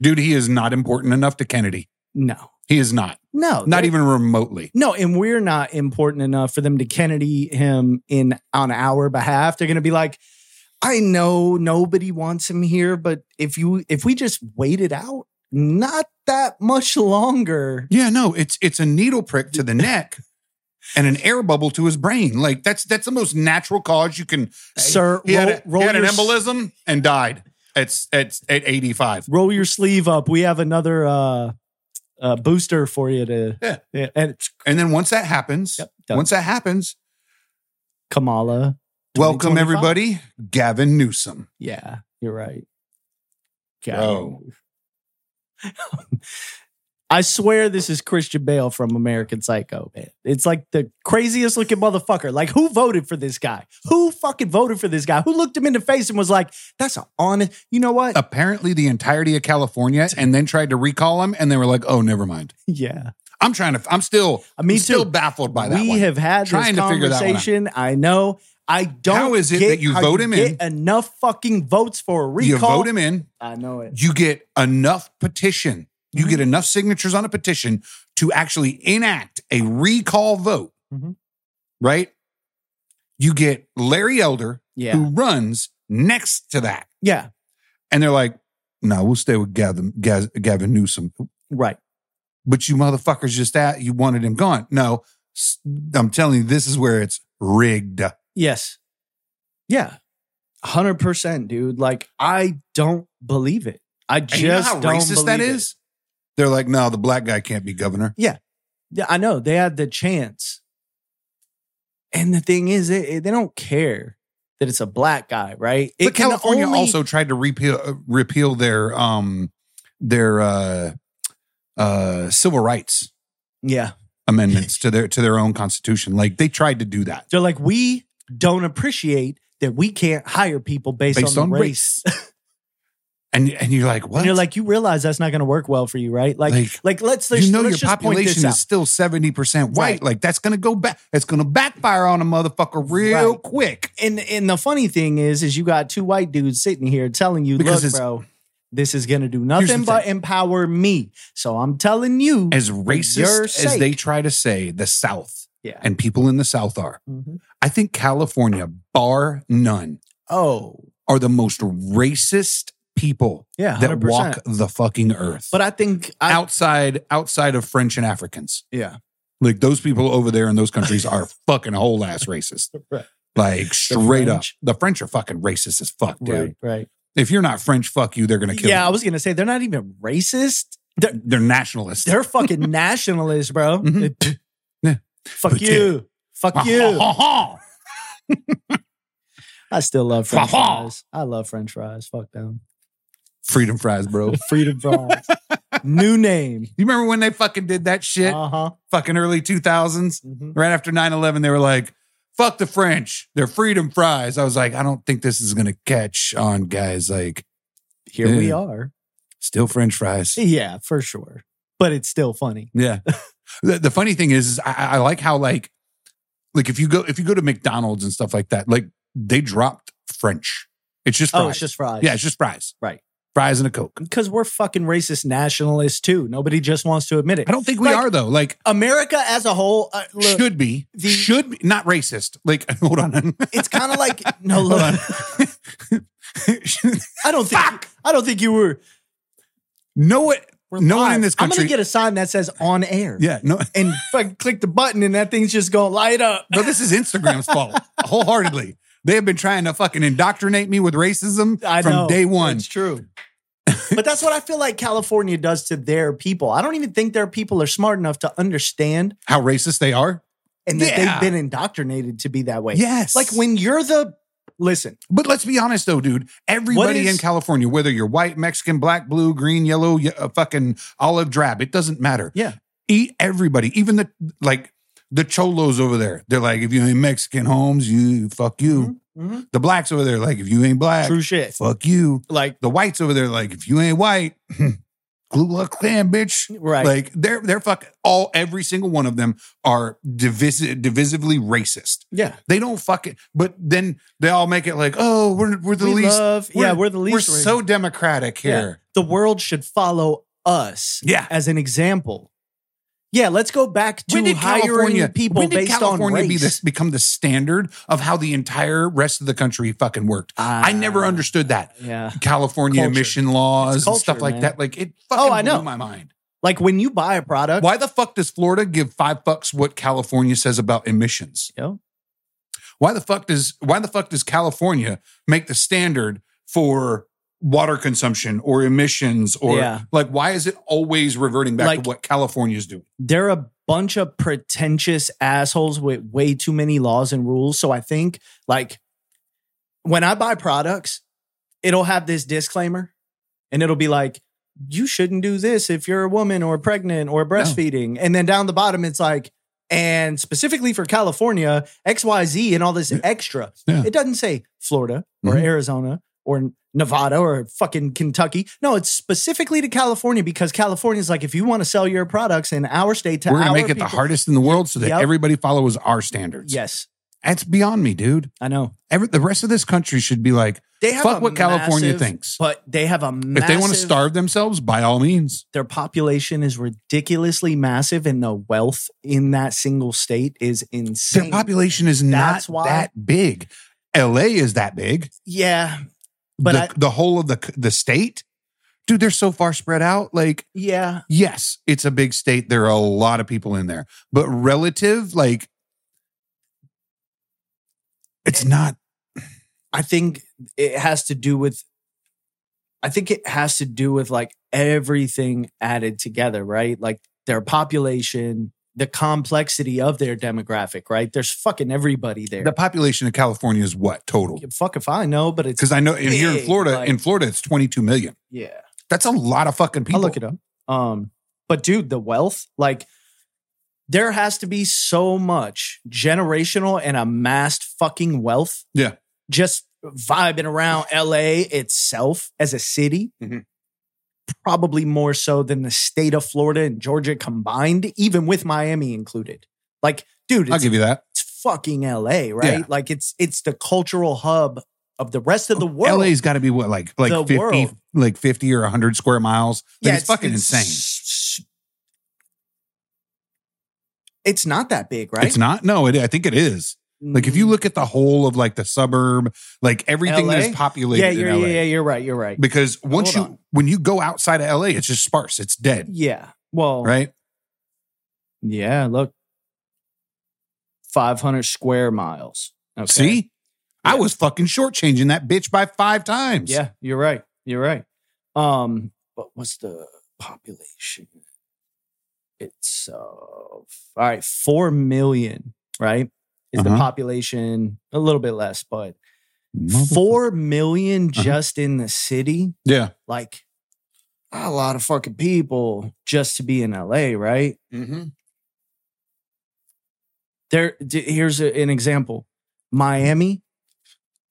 A: Dude, he is not important enough to Kennedy.
B: No.
A: He is not.
B: No.
A: Not
B: there-
A: even remotely.
B: No, and we're not important enough for them to Kennedy him in on our behalf. They're going to be like, I know nobody wants him here, but if you if we just wait it out, not that much longer.
A: Yeah, no, it's it's a needle prick to the neck and an air bubble to his brain. Like that's that's the most natural cause you can
B: Sir,
A: He had,
B: roll,
A: a-
B: roll
A: he had an
B: your,
A: embolism and died. It's it's at 85.
B: roll your sleeve up. We have another uh, uh booster for you to
A: Yeah.
B: and it's
A: And then once that happens,
B: yep, done.
A: once that happens,
B: Kamala.
A: welcome
B: 2025.
A: everybody, Gavin Newsom.
B: Yeah, you're right. God.
A: Bro.
B: (laughs) I swear this is Christian Bale from American Psycho, man. It's like the craziest looking motherfucker. Like, who voted for this guy? Who fucking voted for this guy? Who looked him in the face and was like, that's an honest, you know
A: Oh.
B: what?
A: Apparently the entirety of California and then tried to recall him and they were like, "Oh, never mind."
B: yeah.
A: I'm trying to I'm still
B: Uh, me
A: I'm still
B: too.
A: baffled by that
B: we
A: one.
B: have had
A: Trying
B: this
A: to figure that one out.
B: conversation. I know. I don't.
A: How is it
B: get
A: that you
B: how
A: vote him in?
B: get Enough fucking votes for a recall.
A: you vote him in,
B: I know it.
A: you get enough petition, you get enough signatures on a petition to actually enact a recall vote,
B: Mhm.
A: right? You get Larry Elder,
B: Yeah.
A: who runs next to that.
B: Yeah.
A: And they're like, no, we'll stay with Gavin, Gaz, Gavin Newsom.
B: Right.
A: But you motherfuckers just at, you wanted him gone. No, s- I'm telling you, this is where it's rigged.
B: Yes. Yeah. 100%, dude. Like, I don't believe it. I
A: And
B: just
A: you know how
B: don't
A: racist that
B: believe it.
A: is? They're like, no, the black guy can't be governor.
B: Yeah, I know. They had the chance. And the thing is, it, it- they don't care that it's a black guy, right? It
A: but
B: can
A: California
B: only-
A: also tried to repeal uh, repeal their um their uh uh civil rights
B: Yeah.
A: amendments to their to their own constitution. Like they tried to do that
B: They're like, we don't appreciate that we can't hire people based,
A: based
B: on,
A: on
B: the race. (laughs)
A: race. and and you're like, what?
B: And you're like, you realize that's not going to work well for you, right? Like, like,
A: Like,
B: let's, let's
A: you know your
B: let's just point this
A: population
B: out.
A: is still 70% white.
B: Right.
A: Like that's gonna go back. It's gonna backfire on a motherfucker real
B: Right.
A: quick.
B: and and the funny thing is, is you got two white dudes sitting here telling you,
A: Because
B: look,
A: it's-
B: bro, this is gonna do
A: Here's
B: nothing
A: the
B: but empower me. So I'm telling you,
A: As
B: your
A: racist as
B: sake.
A: they try to say the South
B: Yeah.
A: and people in the South are,
B: Mhm.
A: I think California, bar none,
B: oh
A: are the most racist people
B: yeah,
A: that
B: 100%.
A: walk the fucking earth.
B: But I think I,
A: outside outside of French and Africans.
B: yeah,
A: Like those people over there in those countries
B: (laughs)
A: are fucking whole ass racist.
B: Right.
A: Like straight up.
B: French.
A: The French are fucking racist as fuck, dude.
B: right, right.
A: If you're not French, fuck you, they're gonna kill
B: Yeah, I
A: you.
B: was gonna say they're not even racist. They're
A: They're nationalists. (laughs)
B: they're fucking nationalists, bro.
A: Mhm. Yeah.
B: Fuck
A: But
B: you, fuck you.
A: (laughs)
B: I still love French
A: Ha-ha.
B: fries. I love French fries. Fuck them.
A: Freedom fries, bro. (laughs)
B: Freedom fries. New name.
A: You remember when they fucking did that shit?
B: Uh huh.
A: fucking early 2000s,
B: Mhm.
A: right after 9 11, they were like, fuck the French. They're freedom fries. I was like, I don't think this is going to catch on, guys. Like,
B: Here we
A: Yeah.
B: are.
A: still French fries.
B: Yeah, for sure. But it's still funny. (laughs)
A: Yeah. the, the funny thing is, is I, I like how, like, like if you go if you go to McDonald's and stuff like that, like they dropped French. It's just fries.
B: Oh, it's just fries.
A: yeah, it's just fries.
B: Right.
A: Fries and a Coke.
B: Because we're fucking racist nationalists too. Nobody just wants to admit it.
A: I don't think we
B: Like-
A: are though. Like
B: America as a whole, uh, look,
A: should be.
B: the-
A: should be not racist. Like (laughs) hold on. (laughs)
B: it's kind of like no
A: hold
B: Oh, look.
A: on.
B: (laughs) I don't think
A: Fuck!
B: I don't think you were.
A: (laughs) no one
B: were
A: No one
B: live.
A: in this
B: I'm gonna
A: country-
B: get a sign that says on air.
A: Yeah, no,
B: And fucking click the button and that thing's just gonna light up.
A: no, this is
B: (laughs)
A: Instagram's fault wholeheartedly. They have been trying to fucking indoctrinate me with racism
B: I
A: from
B: know.
A: day one. (laughs)
B: It's true. but that's what I feel like California does to their people. I don't even think their people are smart enough to understand
A: How racist they are?
B: and that
A: Yeah.
B: they've been indoctrinated to be that way.
A: Yes.
B: Like when you're the listen,
A: but let's be honest though, dude. Everybody
B: is-
A: in California, whether you're white, Mexican, black, blue, green, yellow, ye- uh, fucking olive, drab, it doesn't matter.
B: Yeah.
A: eat everybody, even the like the cholos over there. They're like, if you ain't Mexican, Holmes, you fuck you.
B: mhm,
A: The blacks over there, like, if you ain't black,
B: true shit.
A: fuck you.
B: Like
A: The whites over there, like, if you ain't white, hmm, Ku Klux Klan, bitch.
B: right.
A: Like they're they're fuck all every single one of them are divisive divisively racist.
B: yeah.
A: They don't fuck it, but then they all make it like, oh, we're we're the
B: we
A: least
B: love, yeah, we're the least
A: we're
B: racist.
A: so democratic
B: Yeah.
A: here.
B: the world should follow us
A: Yeah.
B: as an example. Yeah, let's go back to
A: When did
B: hiring
A: California
B: people
A: when did
B: based
A: California
B: on
A: be
B: race.
A: this, become the standard of how the entire rest of the country fucking worked? I never
B: Ah,
A: understood that.
B: Yeah,
A: California
B: Culture.
A: emission laws
B: It's
A: and stuff
B: culture,
A: like
B: man. Oh,
A: that. Like it fucking
B: I know.
A: blew my mind.
B: like when you buy a product,
A: Why the fuck does Florida give five bucks what California says about emissions?
B: you know,
A: why the fuck does why the fuck does California make the standard for water consumption or emissions or
B: Yeah.
A: like why is it always reverting back
B: Like-
A: to what California's doing?
B: they're a bunch of pretentious assholes with way too many laws and rules. So I think like when I buy products, it'll have this disclaimer, and it'll be like. You shouldn't do this if you're a woman or pregnant or breastfeeding. And then down the bottom, it's like, and specifically for California, XYZ and all this
A: Yeah.
B: extra.
A: Yeah.
B: It doesn't say Florida or
A: Mhm.
B: Arizona or Nevada or fucking Kentucky. No, it's specifically to California because California's like, if you want to sell your products in our state to
A: We're gonna
B: our
A: make it the
B: people-
A: hardest in the world so that
B: Yep.
A: everybody follows our standards.
B: Yes,
A: That's beyond me, dude.
B: I know.
A: Every, the rest of this country should be like,
B: They have
A: fuck
B: a
A: what California
B: massive-
A: thinks.
B: But they have a massive,
A: if they want to starve themselves, by all means.
B: their population is ridiculously massive, and the wealth in that single state is insane.
A: Their population is not
B: That's why-
A: that big. LA is that big.
B: yeah, But
A: the,
B: I-
A: the whole of the c- the state, dude, they're so far spread out. Like
B: yeah.
A: yes, it's a big state. There are a lot of people in there, but relative, like, it's not.
B: I think it has to do with I think it has to do with like everything added together, right? Like their population, the complexity of their demographic, right? There's fucking everybody there.
A: The population of California is what total?
B: Fuck if I know, but it's
A: Because I know in here in
B: Big,
A: Florida,
B: like-
A: in Florida, it's 22 million.
B: yeah.
A: That's a lot of fucking people.
B: I'll look it up. Um, but dude, the wealth, like there has to be so much generational and amassed fucking wealth.
A: Yeah.
B: Just vibing around LA itself as a city.
A: Mhm.
B: Probably more so than the state of Florida and Georgia combined, even with Miami included. Like, dude,
A: I'll
B: it's,
A: give you that.
B: it's fucking LA, right?
A: Yeah.
B: Like it's it's the cultural hub of the rest of the world.
A: LA's got to be what like like
B: The
A: 50
B: world.
A: like 50 or 100 square miles. Like, it's, fucking insane.
B: insane. It's not that big, right? Mm.
A: It's not. No, it, I think it is. Like if you look at the whole of like the suburb, like everything that
B: LA?
A: is populated
B: yeah,
A: in
B: you're,
A: LA.
B: yeah, yeah, you're right. You're right.
A: because once
B: Hold
A: you
B: on.
A: when you go outside of LA, it's just sparse. It's dead,
B: Yeah. Well,
A: right?
B: Yeah. Look, 500 square miles. Okay.
A: See, I
B: Yeah.
A: was fucking shortchanging that bitch by five times.
B: Yeah, you're right. You're right. Um, but what's the population? It's uh, all right, four million. Right, is the
A: Uh-huh.
B: population a little bit less, but
A: Motherfucker.
B: four million
A: Uh-huh.
B: just in the city.
A: Yeah,
B: Like, a lot of fucking people just to be in LA, right?
A: Mm-hmm.
B: There, d- here's a- an example: Miami,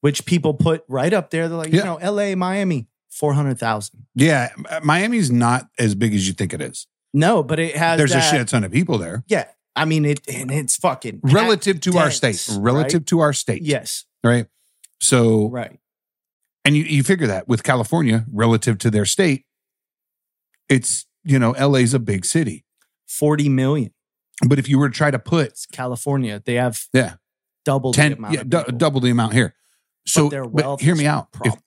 B: which people put right up there. They're like,
A: Yeah.
B: you know, LA, Miami, four hundred thousand.
A: Yeah, M- uh, Miami's not as big as you think it is.
B: No, but it has.
A: There's a
B: that-
A: shit ton of people there
B: Yeah, I mean it, and it's fucking
A: relative to our
B: dense,
A: state. Relative to our state.
B: Yes,
A: Right. So,
B: right.
A: and you, you figure that with California relative to their state, it's, you know, LA's a big city.
B: Forty million.
A: But if you were to try to put
B: It's California. They have
A: Yeah.
B: double
A: 10
B: the amount.
A: yeah,
B: of
A: du-
B: people.
A: double the amount here so
B: their
A: but
B: wealth
A: hear
B: is
A: me out if,
B: problem.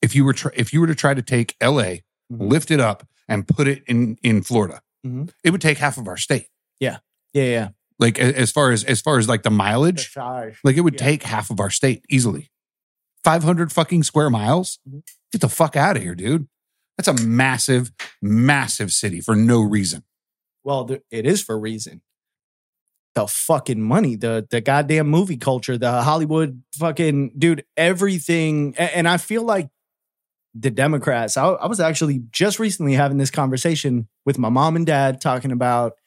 A: if you were tr- if you were to try to take la
B: Mm-hmm.
A: lift it up and put it in in florida
B: Mhm.
A: it would take half of our state
B: Yeah, yeah.
A: like a- as far as as far as like the mileage like it would
B: Yeah.
A: take half of our state easily 500 fucking square miles
B: Mhm.
A: get the fuck out of here dude that's a massive massive city for no reason
B: Well, there, it is for a reason. The fucking money, the the goddamn movie culture, the Hollywood fucking dude, everything. A- And, I feel like the Democrats. I, I was actually just recently having this conversation with my mom and dad, talking about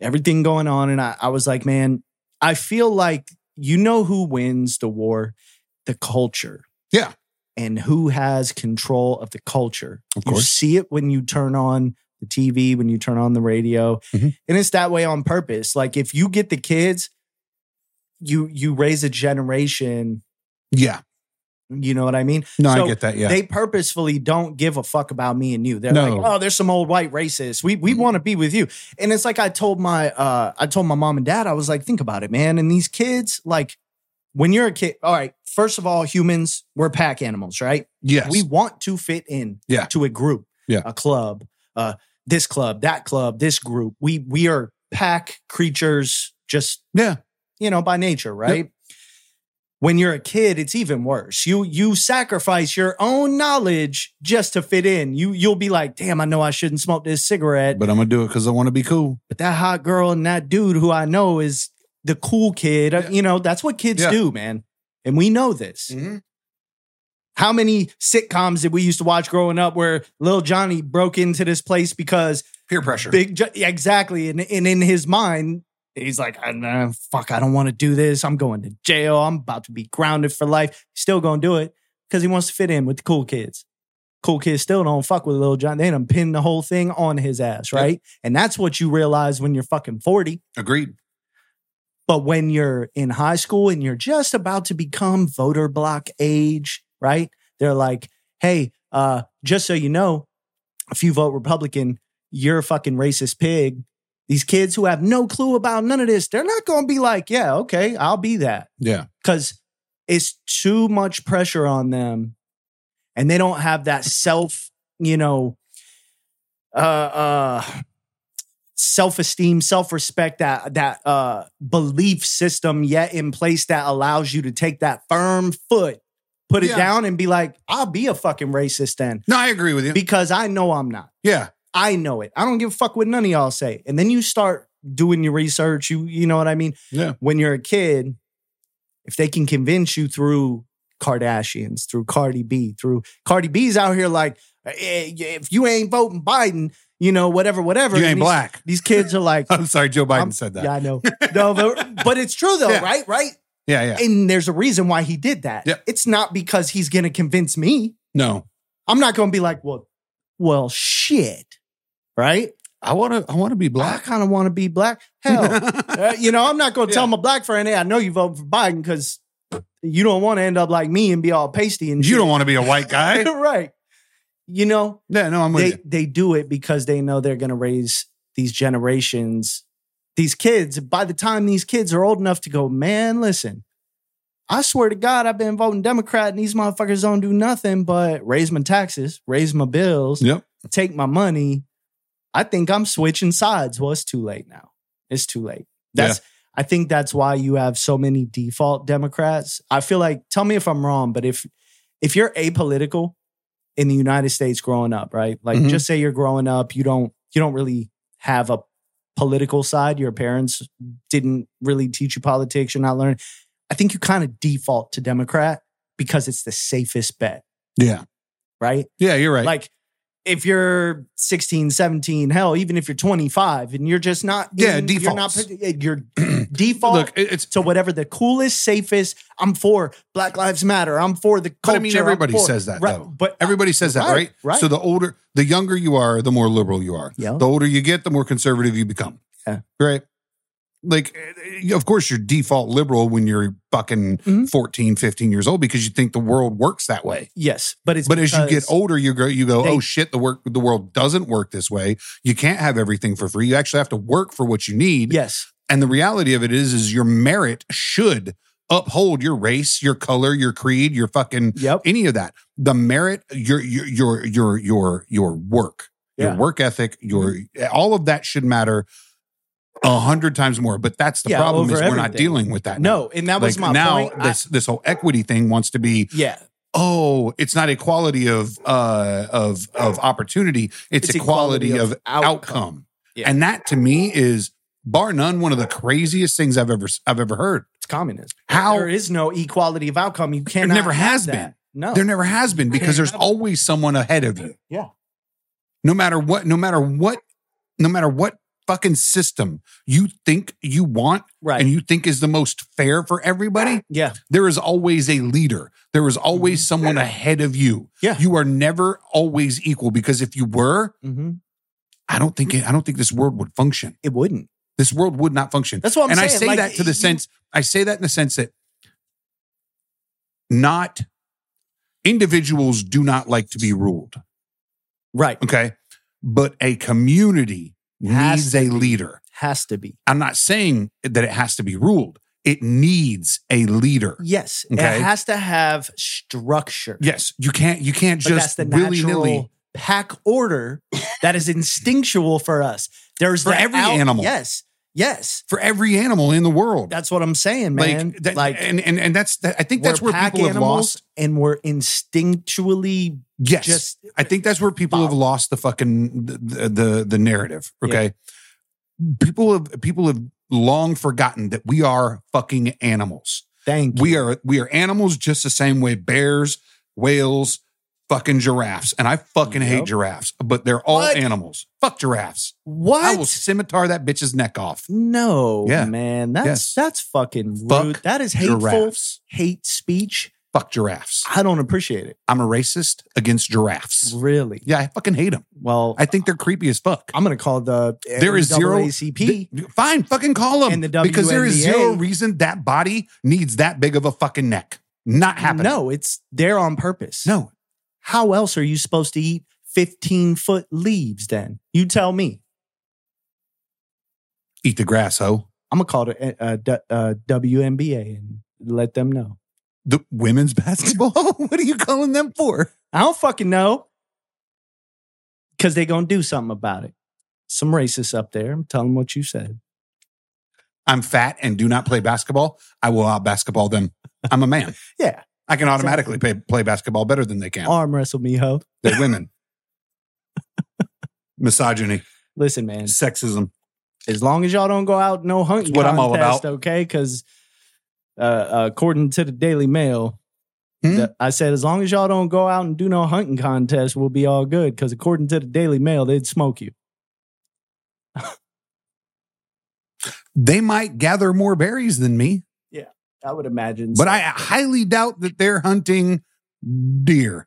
B: everything going on, and I, I was like, man, I feel like you know who wins the war, the culture.
A: Yeah.
B: And who has control of the culture?
A: Of
B: You
A: course.
B: see it when you turn on the TV, when you turn on the radio.
A: Mhm.
B: And it's that way on purpose. Like if you get the kids, you you raise a generation,
A: yeah
B: you know what I mean?
A: no i
B: So
A: get that yeah
B: They purposefully don't give a fuck about me and you. They're
A: No. Mm-hmm.
B: like, "Oh, there's some old white racist. We we want to be with you." And it's like I told my uh I told my mom and dad, I was like, "Think about it, man." And these kids like when you're a kid, all right, first of all, humans, we're pack animals, right?
A: yes
B: We want to fit in
A: Yeah.
B: to a group,
A: Yeah.
B: a club, uh, this club, that club, this group. We we are pack creatures, just
A: yeah
B: you know, by nature, right? When you're a kid, it's even worse. You you sacrifice your own knowledge just to fit in. You you'll be like, damn, I know I shouldn't smoke this cigarette,
A: but i'm gonna do it because i want to be cool
B: but that hot girl and that dude who I know is the cool kid. Uh,
A: Yeah.
B: You know, that's what kids
A: Yeah.
B: do, man. And we know this. How many sitcoms did we used to watch growing up where little Johnny broke into this place because
A: peer pressure
B: big jo- yeah, exactly and, and in his mind he's like I don't know, fuck I don't want to do this I'm going to jail I'm about to be grounded for life still going to do it cuz he wants to fit in with the cool kids cool kids still don't fuck with little Johnny they done pin the whole thing on his ass
A: Yeah.
B: right and that's what you realize when you're fucking 40
A: agreed
B: but when you're in high school and you're just about to become voter block age, right? They're like, hey, uh, just so you know, if you vote Republican, you're a fucking racist pig. These kids who have no clue about none of this, they're not going to be like, yeah, okay, I'll be that.
A: yeah
B: Because it's too much pressure on them and they don't have that self, you know, uh, uh, self-esteem self-respect that that uh belief system yet in place that allows you to take that firm foot put it
A: Yeah.
B: down and be like i'll be a fucking racist then
A: no i agree with you
B: because i know i'm not
A: yeah
B: i know it i don't give a fuck what none of y'all say and then you start doing your research you you know what i mean
A: Yeah.
B: when you're a kid if they can convince you through kardashians through cardi b through cardi b's out here like eh, if you ain't voting biden you know whatever whatever
A: You
B: And
A: ain't
B: these-
A: black. (laughs)
B: these kids are like
A: I'm sorry, Joe Biden
B: I'm-
A: said
B: Yeah,
A: that.
B: I know. No, but, but it's true though,
A: Yeah.
B: right? Right?
A: Yeah, yeah.
B: And there's a reason why he did that.
A: Yeah.
B: It's not because he's going to convince me.
A: No,
B: I'm not going to be like, well, well, shit, right?
A: I want to. I want to be
B: I
A: black.
B: kind of want to be black.
A: (laughs)
B: Hell, uh, you know, I'm not going to tell
A: Yeah.
B: my black friend, hey, I know you voted for Biden because you don't want to end up like me and be all pasty and
A: you don't want to be a white
B: (laughs)
A: guy.
B: right? You know,
A: Yeah, no, I'm with
B: they
A: you.
B: they do it because they know they're going to raise these generations these kids by the time these kids are old enough to go man listen i swear to god i've been voting democrat and these motherfuckers don't do nothing but raise my taxes raise my bills
A: Yep.
B: take my money i think i'm switching sides well it's too late now it's too late that's i think that's why you have so many default democrats i feel like tell me if i'm wrong but if if you're apolitical in the United States growing up, right? Like
A: Mhm.
B: just say you're growing up, you don't you don't really have a political side. Your parents didn't really teach you politics, you're not learning. I think you kind of default to Democrat because it's the safest bet,
A: Yeah,
B: right?
A: yeah, you're right.
B: Like if you're 16, 17, hell, even if you're 25 and you're just not,
A: Yeah,
B: in- you're not,
A: defaults.
B: pr- your
A: (clears throat)
B: default
A: Look, it- it's
B: to whatever the coolest, safest. I'm for Black Lives Matter. I'm for the culture.
A: But I mean,
B: I'm
A: everybody
B: for-
A: says that,
B: Right,
A: though.
B: But
A: everybody says that,
B: Right,
A: right?
B: right.
A: So the older, the younger you are, the more liberal you are.
B: Yeah.
A: The older you get, the more conservative you become.
B: Yeah.
A: Right. Like, eh, of course, you're default liberal when you're fucking
B: Mhm.
A: 14, 15 years old because you think the world works that way.
B: yes, but it's
A: But as you get
B: because-
A: older, you go, you go,
B: they-
A: oh shit, the work, the world doesn't work this way. You can't have everything for free. You actually have to work for what you need.
B: yes,
A: And the reality of it is, is your merit should uphold your race, your color, your creed, your fucking
B: yep,
A: any of that. The merit, your your your your your your work,
B: Yeah. Mm-hmm.
A: your work ethic, your all of that should matter a hundred times more. But that's the
B: Yeah,
A: problem is
B: over
A: we're not
B: everything.
A: dealing with that. now.
B: no, and that was
A: Like,
B: my
A: now
B: point. I-
A: this this whole equity thing wants to be
B: yeah,
A: oh it's not equality of uh of of opportunity it's, equality, of, outcome,
B: Yeah.
A: and that to me is bar none one of the craziest things I've ever I've ever heard
B: It's communism.
A: how
B: there is no equality of outcome. You cannot.
A: never
B: have
A: has
B: that.
A: been.
B: No.
A: There never has been because there's always someone ahead of you.
B: Oh. Yeah.
A: No matter what, no matter what, no matter what fucking system you think you want
B: right.
A: and you think is the most fair for everybody,
B: yeah. Mm-hmm.
A: there is always a leader. There is always someone ahead of you.
B: Yeah.
A: You are never always equal because if you were,
B: hmm
A: I don't think it, I don't think this world would function.
B: It wouldn't.
A: This world would not function.
B: That's what I'm
A: and
B: saying.
A: I say
B: like,
A: that to the
B: you-
A: sense, I say that in the sense that not individuals do not like to be ruled.
B: Right.
A: Okay. But a community
B: Has
A: needs
B: to
A: a
B: be.
A: leader.
B: Has to be.
A: I'm not saying that it has to be ruled, it needs a leader.
B: Yes.
A: Okay.
B: It has to have structure.
A: Yes, you can't you can't
B: but
A: just
B: that's the
A: willy nilly.
B: natural pack order that is instinctual for us. There's
A: For
B: that
A: every animal.
B: Yes, yes.
A: For every animal in the world,
B: That's what I'm saying, man.
A: like, that, and, and and that's that, I think that's
B: we're
A: where people have lost.
B: and we're instinctually
A: Yes,
B: just
A: I think that's where people have lost the fucking the the, the narrative.
B: Yeah.
A: Okay, people have people have long forgotten that we are fucking animals.
B: thank you.
A: We are we are animals just the same way bears, whales, fucking giraffes. And I fucking hate
B: Yep.
A: giraffes, but they're all
B: What?
A: animals. Fuck giraffes.
B: what?
A: I will scimitar that bitch's neck off.
B: no,
A: Yeah.
B: man. That's
A: Yes.
B: that's fucking
A: Fuck
B: rude. That is hateful.
A: Giraffes.
B: Hate speech.
A: Fuck giraffes.
B: I don't appreciate it.
A: I'm a racist against giraffes.
B: Really.
A: Yeah, I fucking hate them.
B: Well, I,
A: I think they're creepy as fuck.
B: am going to call the
A: There is zero-
B: ACP.
A: Th- Fine, fucking call them.
B: And the
A: because there is
B: WNBA.
A: zero reason that body needs that big of a fucking neck. Not happening.
B: No, it's there on purpose.
A: No.
B: How else are you supposed to eat 15 foot leaves then? You tell me.
A: Eat the grass, ho.
B: I'm going to call the uh, D- uh, WNBA and let them know.
A: The women's (laughs) basketball? what are you calling them for?
B: I don't fucking know. Because they're going to do something about it. Some racists up there. I'm telling them what you said.
A: I'm fat and do not play basketball, I will out basketball them. I'm a man.
B: Yeah.
A: I can automatically play, play basketball better than they can.
B: Arm wrestle me, ho.
A: They're women.
B: (laughs)
A: Misogyny,
B: Listen, man.
A: sexism.
B: As long as y'all don't go out no hunting
A: It's what I'm all
B: contest,
A: about.
B: okay? Because uh, according to the Daily Mail,
A: Hmm?
B: the- I said as long as y'all don't go out and do no hunting contest, we'll be all good. Because according to the Daily Mail, they'd smoke you.
A: They might gather more berries than me,
B: I would imagine.
A: but
B: so.
A: I highly doubt that they're hunting deer.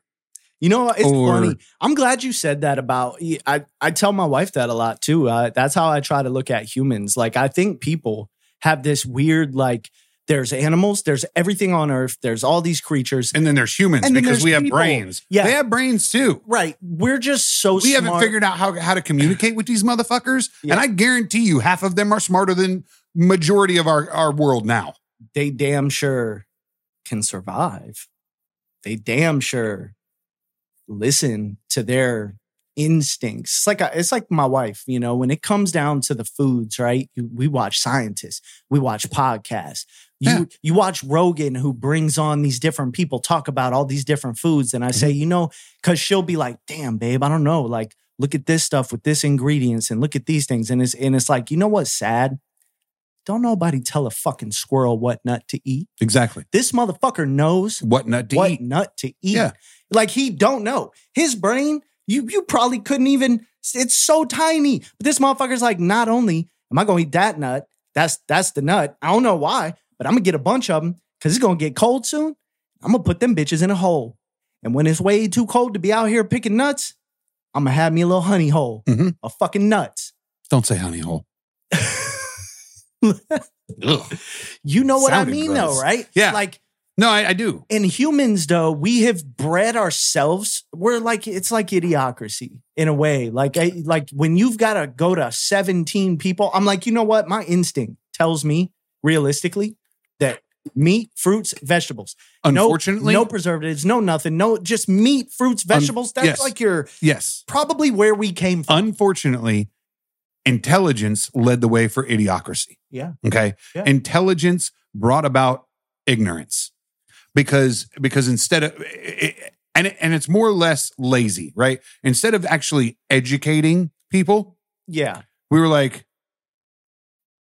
B: you know, what? it's
A: Or-
B: funny. I'm glad you said that about. I I tell my wife that a lot too. Uh, that's how I try to look at humans. Like I think people have this weird like. There's animals. There's everything on Earth. There's all these creatures.
A: And then there's humans
B: And then
A: because
B: there's
A: we have
B: people.
A: brains.
B: Yeah.
A: They have brains too.
B: Right. We're just so
A: We haven't
B: smart.
A: figured out how, how to communicate with these motherfuckers.
B: Yeah.
A: And I guarantee you, half of them are smarter than majority of our, our world now.
B: they damn sure can survive. They damn sure listen to their instincts. It's like a, it's like my wife, you know, when it comes down to the foods, right? You, we watch scientists, we watch podcasts. You
A: Yeah.
B: you watch Rogan who brings on these different people talk about all these different foods and I say, you know, cuz she'll be like, "Damn, babe, I don't know, like look at this stuff with this ingredients and look at these things." And it's and it's like, you know what's sad? Don't nobody tell a fucking squirrel what nut to eat.
A: Exactly.
B: This motherfucker knows
A: What nut to
B: what
A: eat?
B: nut to eat.
A: Yeah.
B: Like he don't know. His brain You you probably couldn't even. It's so tiny. But this motherfucker's like, not only am I gonna eat that nut, that's that's the nut. I don't know why, but I'm gonna get a bunch of them because it's gonna get cold soon. I'm gonna put them bitches in a hole, and when it's way too cold to be out here picking nuts, I'm gonna have me a little honey hole,
A: Mhm.
B: a fucking nuts.
A: Don't say honey
B: (laughs)
A: hole. Ugh.
B: You know what
A: Sounded
B: I mean,
A: gross.
B: though, right?
A: Yeah.
B: Like
A: No, I, I do.
B: in humans though we have bred ourselves we're like it's like idiocracy in a way like I, like when you've got to go to 17 people i'm like you know what my instinct tells me realistically that meat fruits vegetables No-
A: Unfortunately,
B: no, preservatives no nothing no just meat fruits vegetables that's
A: yes. Uh,
B: like your
A: yes.
B: probably where we came from
A: Unfortunately, intelligence led the way for idiocracy.
B: Yeah.
A: Okay.
B: Yeah.
A: Intelligence brought about ignorance because because instead of and it, and it's more or less lazy, right? Instead of actually educating people,
B: yeah
A: we were like,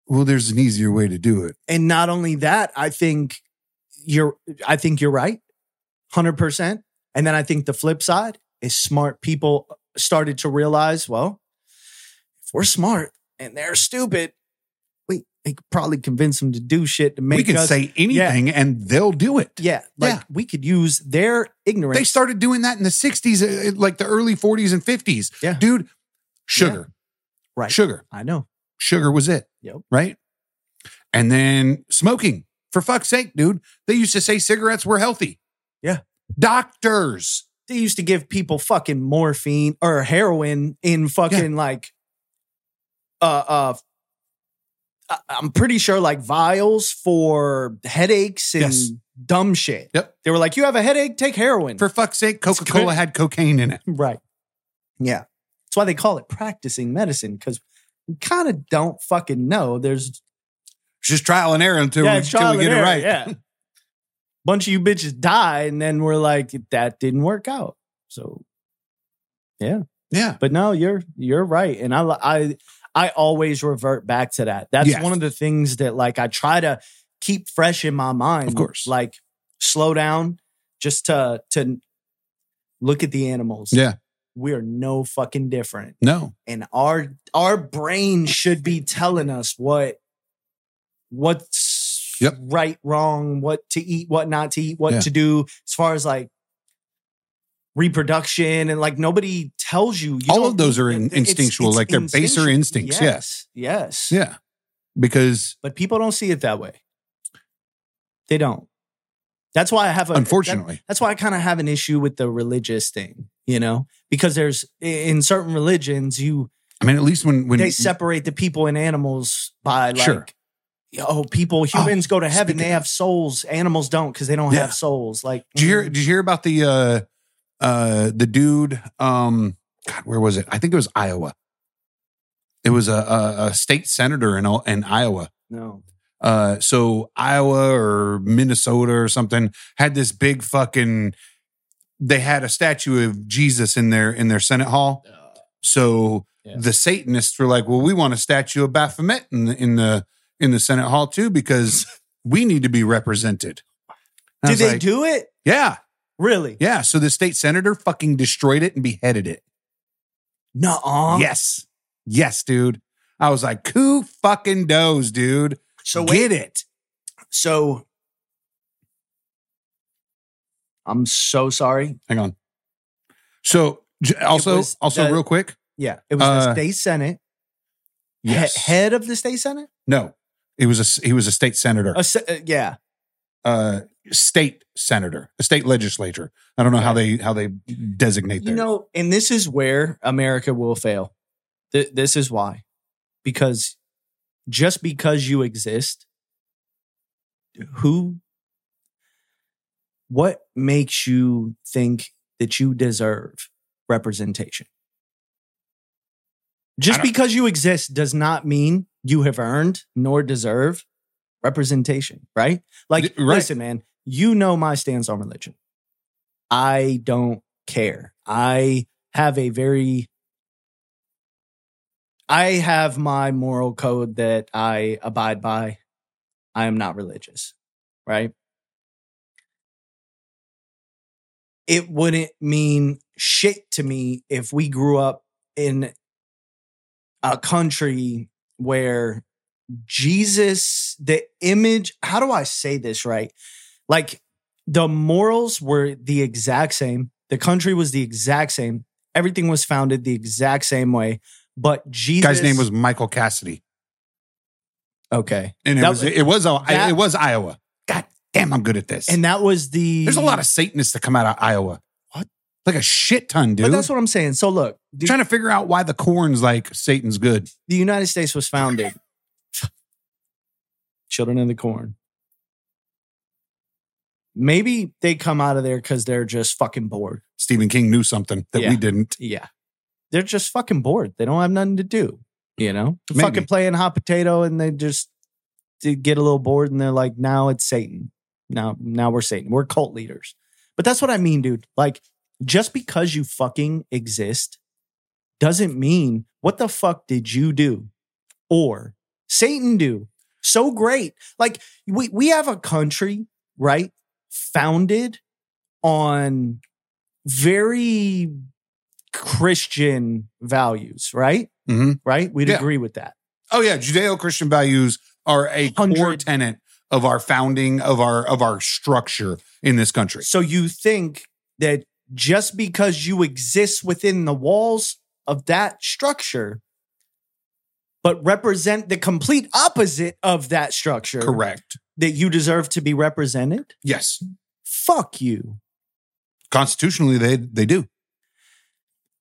A: well, there's an easier way to do it.
B: and not only that i think you're i think you're right 100% and then i think the flip side is smart people started to realize well if we're smart and they're stupid we, we could probably convince them to do shit to make
A: we can
B: us
A: say anything and they'll do it.
B: yeah like
A: Yeah.
B: we could use their ignorance
A: They started doing that in the 60s, uh, like the early 40s and 50s.
B: Yeah.
A: Dude, sugar.
B: Right.
A: Sugar.
B: i know
A: Sugar was it.
B: Yep.
A: Right? And then smoking. For fuck's sake, dude. They used to say cigarettes were healthy.
B: Yeah.
A: Doctors.
B: they used to give people fucking morphine or heroin in fucking like uh uh I- I'm pretty sure like vials for headaches and
A: Yes.
B: dumb shit.
A: Yep.
B: They were like, you have a headache, take heroin.
A: For fuck's sake, Coca Cola
B: good.
A: had cocaine in it.
B: right. Yeah. That's why they call it practicing medicine because we kind of don't fucking know. There's
A: It's Just trial and error until, we,
B: it's
A: until
B: trial
A: we
B: and
A: get it
B: error,
A: right. (laughs)
B: Yeah. Bunch of you bitches die, and then we're like, that didn't work out. So
A: Yeah.
B: but no you're you're right and i li- i i always revert back to that that's
A: Yes.
B: one of the things that like i try to keep fresh in my mind
A: Of course.
B: like slow down just to to look at the animals
A: Yeah.
B: we are no fucking different
A: No.
B: and our our brain should be telling us what what's
A: Yep.
B: right wrong what to eat what not to eat what
A: Yeah.
B: to do as far as like reproduction and like nobody tells you, You
A: All
B: don't-
A: of those are in,
B: it's-
A: instinctual,
B: it's
A: like they're baser
B: instinctual.
A: instincts.
B: yes yes
A: Yeah. Yeah. Because
B: but people don't see it that way they don't that's why i have a that-
A: unfortunately,
B: that's why I kind of have an issue with the religious thing, you know, because there's in certain religions you
A: I mean, at least when, when
B: they separate the people and animals by like
A: Sure.
B: oh people humans go to heaven
A: speaking
B: they have souls animals don't because they don't
A: Yeah.
B: have souls like
A: Did you hear?
B: mm,
A: Did you hear about the uh, uh, the dude? Um, God, where was it? I think it was Iowa. It was a, a, a state senator in all- in Iowa.
B: no
A: Uh, so Iowa or Minnesota or something had this big fucking. They had a statue of Jesus in their in their Senate hall. So
B: Yeah.
A: the Satanists were like, "Well, we want a statue of Baphomet in the in the in the Senate hall too
B: (laughs)
A: because we need to be represented." And I
B: did
A: was
B: they
A: like,
B: do it
A: Yeah.
B: really
A: Yeah. So the state senator fucking destroyed it and beheaded it.
B: no
A: yes. Yes, dude. I was like, who fucking knows, dude?
B: so wait
A: Get it.
B: so I'm so sorry
A: Hang on. So j- also,
B: was
A: also
B: the-
A: real quick.
B: yeah it was the
A: Uh,
B: state senate He-
A: Yes.
B: head of the state senate
A: no. It was a s- he was a state senator,
B: A se- uh, yeah
A: uh, state senator, a state legislature. I don't know how they how they designate
B: you
A: their
B: know and this is where America will fail Th- this is why because just because you exist, who, what makes you think that you deserve representation? Just
A: don't-
B: because you exist does not mean you have earned nor deserve representation, right? Like,
A: Y- right.
B: listen, man, you know my stance on religion. I don't care. I have a very I have my moral code that I abide by. I am not religious, right? it wouldn't mean shit to me if we grew up in a country where Jesus, the image, how do I say this right? Like the morals were the exact same, the country was the exact same, everything was founded the exact same way. But Jesus,
A: Guy's name was Michael Cassidy,
B: okay,
A: and it
B: That
A: was
B: was-
A: it was uh, I-
B: that-
A: it was Iowa. God damn, I'm good at this.
B: and that was the
A: There's a lot of Satanists that come out of Iowa. What? Like a shit ton, dude.
B: But that's what I'm saying. So look, the,
A: trying to figure out why the corn's like Satan's good.
B: the United States was founded. (laughs) Children of the corn. Maybe they come out of there because they're just fucking bored.
A: Stephen King knew something that we
B: Yeah.
A: didn't.
B: Yeah. They're just fucking bored. They don't have nothing to do. You know?
A: Maybe.
B: Fucking playing hot potato and they just they get a little bored and they're like, now it's Satan. Now now we're Satan. We're cult leaders. But that's what I mean, dude. Like, just because you fucking exist doesn't mean what the fuck did you do or Satan do? So great. Like we we have a country, right? Founded on very Christian values, right?
A: Mhm.
B: Right? We'd
A: Yeah.
B: agree with that.
A: Oh yeah, Judeo-Christian values are a core
B: Hundred-
A: tenet of our founding of our of our structure in this country.
B: So you think that just because you exist within the walls of that structure, but represent the complete opposite of that structure,
A: Correct.
B: that you deserve to be represented?
A: Yes.
B: Fuck you.
A: Constitutionally they they do.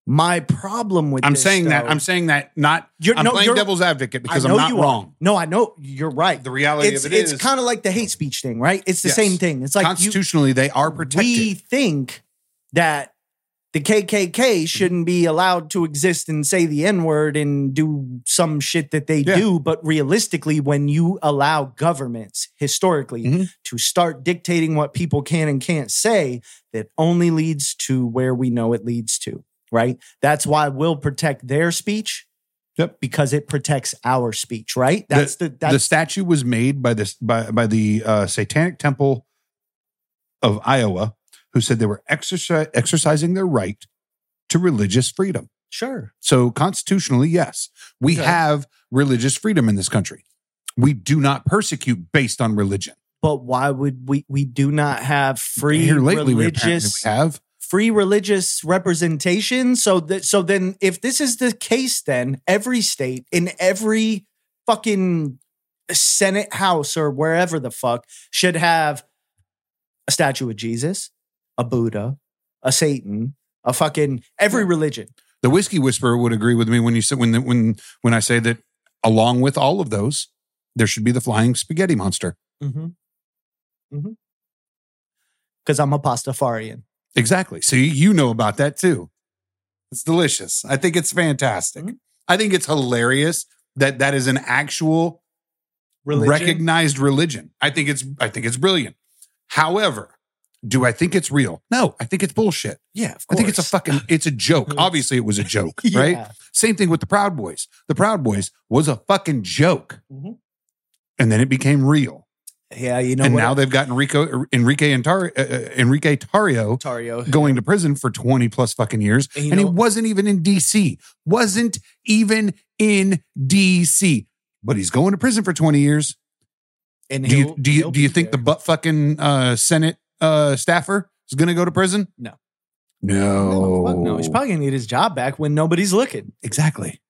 B: My problem with
A: I'm
B: this,
A: saying that
B: though-
A: I'm saying that not
B: You're-
A: I'm
B: no,
A: playing
B: you're-
A: devil's advocate because
B: I
A: I'm
B: know
A: not
B: you are.
A: wrong.
B: No, I know you're right.
A: The reality
B: It's
A: of it
B: it's
A: is
B: kind of like the hate speech thing, right? It's the
A: Yes.
B: same thing. It's like you,
A: constitutionally they are protected.
B: we think that the
A: Mm-hmm.
B: KKK shouldn't be allowed to exist and say the N word and do some shit that they
A: Yeah.
B: do. But realistically, when you allow governments historically
A: Mhm.
B: to start dictating what people can and can't say, that only leads to where we know it leads to, right? That's why we'll protect their speech.
A: Yep.
B: Because it protects our speech, right? That's the, that's
A: the statue was made by this by by the uh, Satanic Temple of Iowa, who said they were exerci- exercising their right to religious freedom.
B: sure.
A: So constitutionally, yes, we
B: Okay.
A: have religious freedom in this country. We do not persecute based on religion.
B: But why would we we do not have free
A: Here lately, we apparently
B: religious
A: we have
B: free religious representation. So that so then if this is the case, then every state in every fucking Senate House or wherever the fuck should have a statue of Jesus, a Buddha, a Satan, a fucking every religion.
A: the whiskey whisperer would agree with me when you said when the, when when I say that along with all of those, there should be the flying spaghetti monster.
B: Mm-hmm. Mm-hmm. Because I'm a pastafarian.
A: Exactly. So you- you know about that too. It's delicious. I think it's fantastic.
B: Mhm.
A: I think it's hilarious that that is an actual
B: Religion.
A: recognized religion. I think it's I think it's brilliant. However, do I think it's real? No, I think it's bullshit.
B: yeah, of
A: I
B: course.
A: think it's a fucking it's a
B: (laughs)
A: joke. Obviously it was a joke,
B: Yeah.
A: right? Same thing with the Proud Boys. The Proud Boys was a fucking joke
B: Mhm.
A: and then it became real.
B: Yeah, you know
A: and
B: what?
A: now they've got Enrico Enrique Antar, uh, uh, Enrique Tario
B: Ontario.
A: going to prison for 20 plus fucking years.
B: And you
A: and he
B: know-
A: wasn't even in DC, wasn't even in DC, but he's going to prison for 20 years.
B: And
A: Do you,
B: he'll-
A: do
B: he'll
A: you, do you
B: be
A: think
B: there.
A: the butt fucking uh, Senate uh, staffer is going to go to prison?
B: No.
A: No.
B: No, fuck no. He's
A: Oh.
B: probably gonna need his job back when nobody's looking.
A: exactly.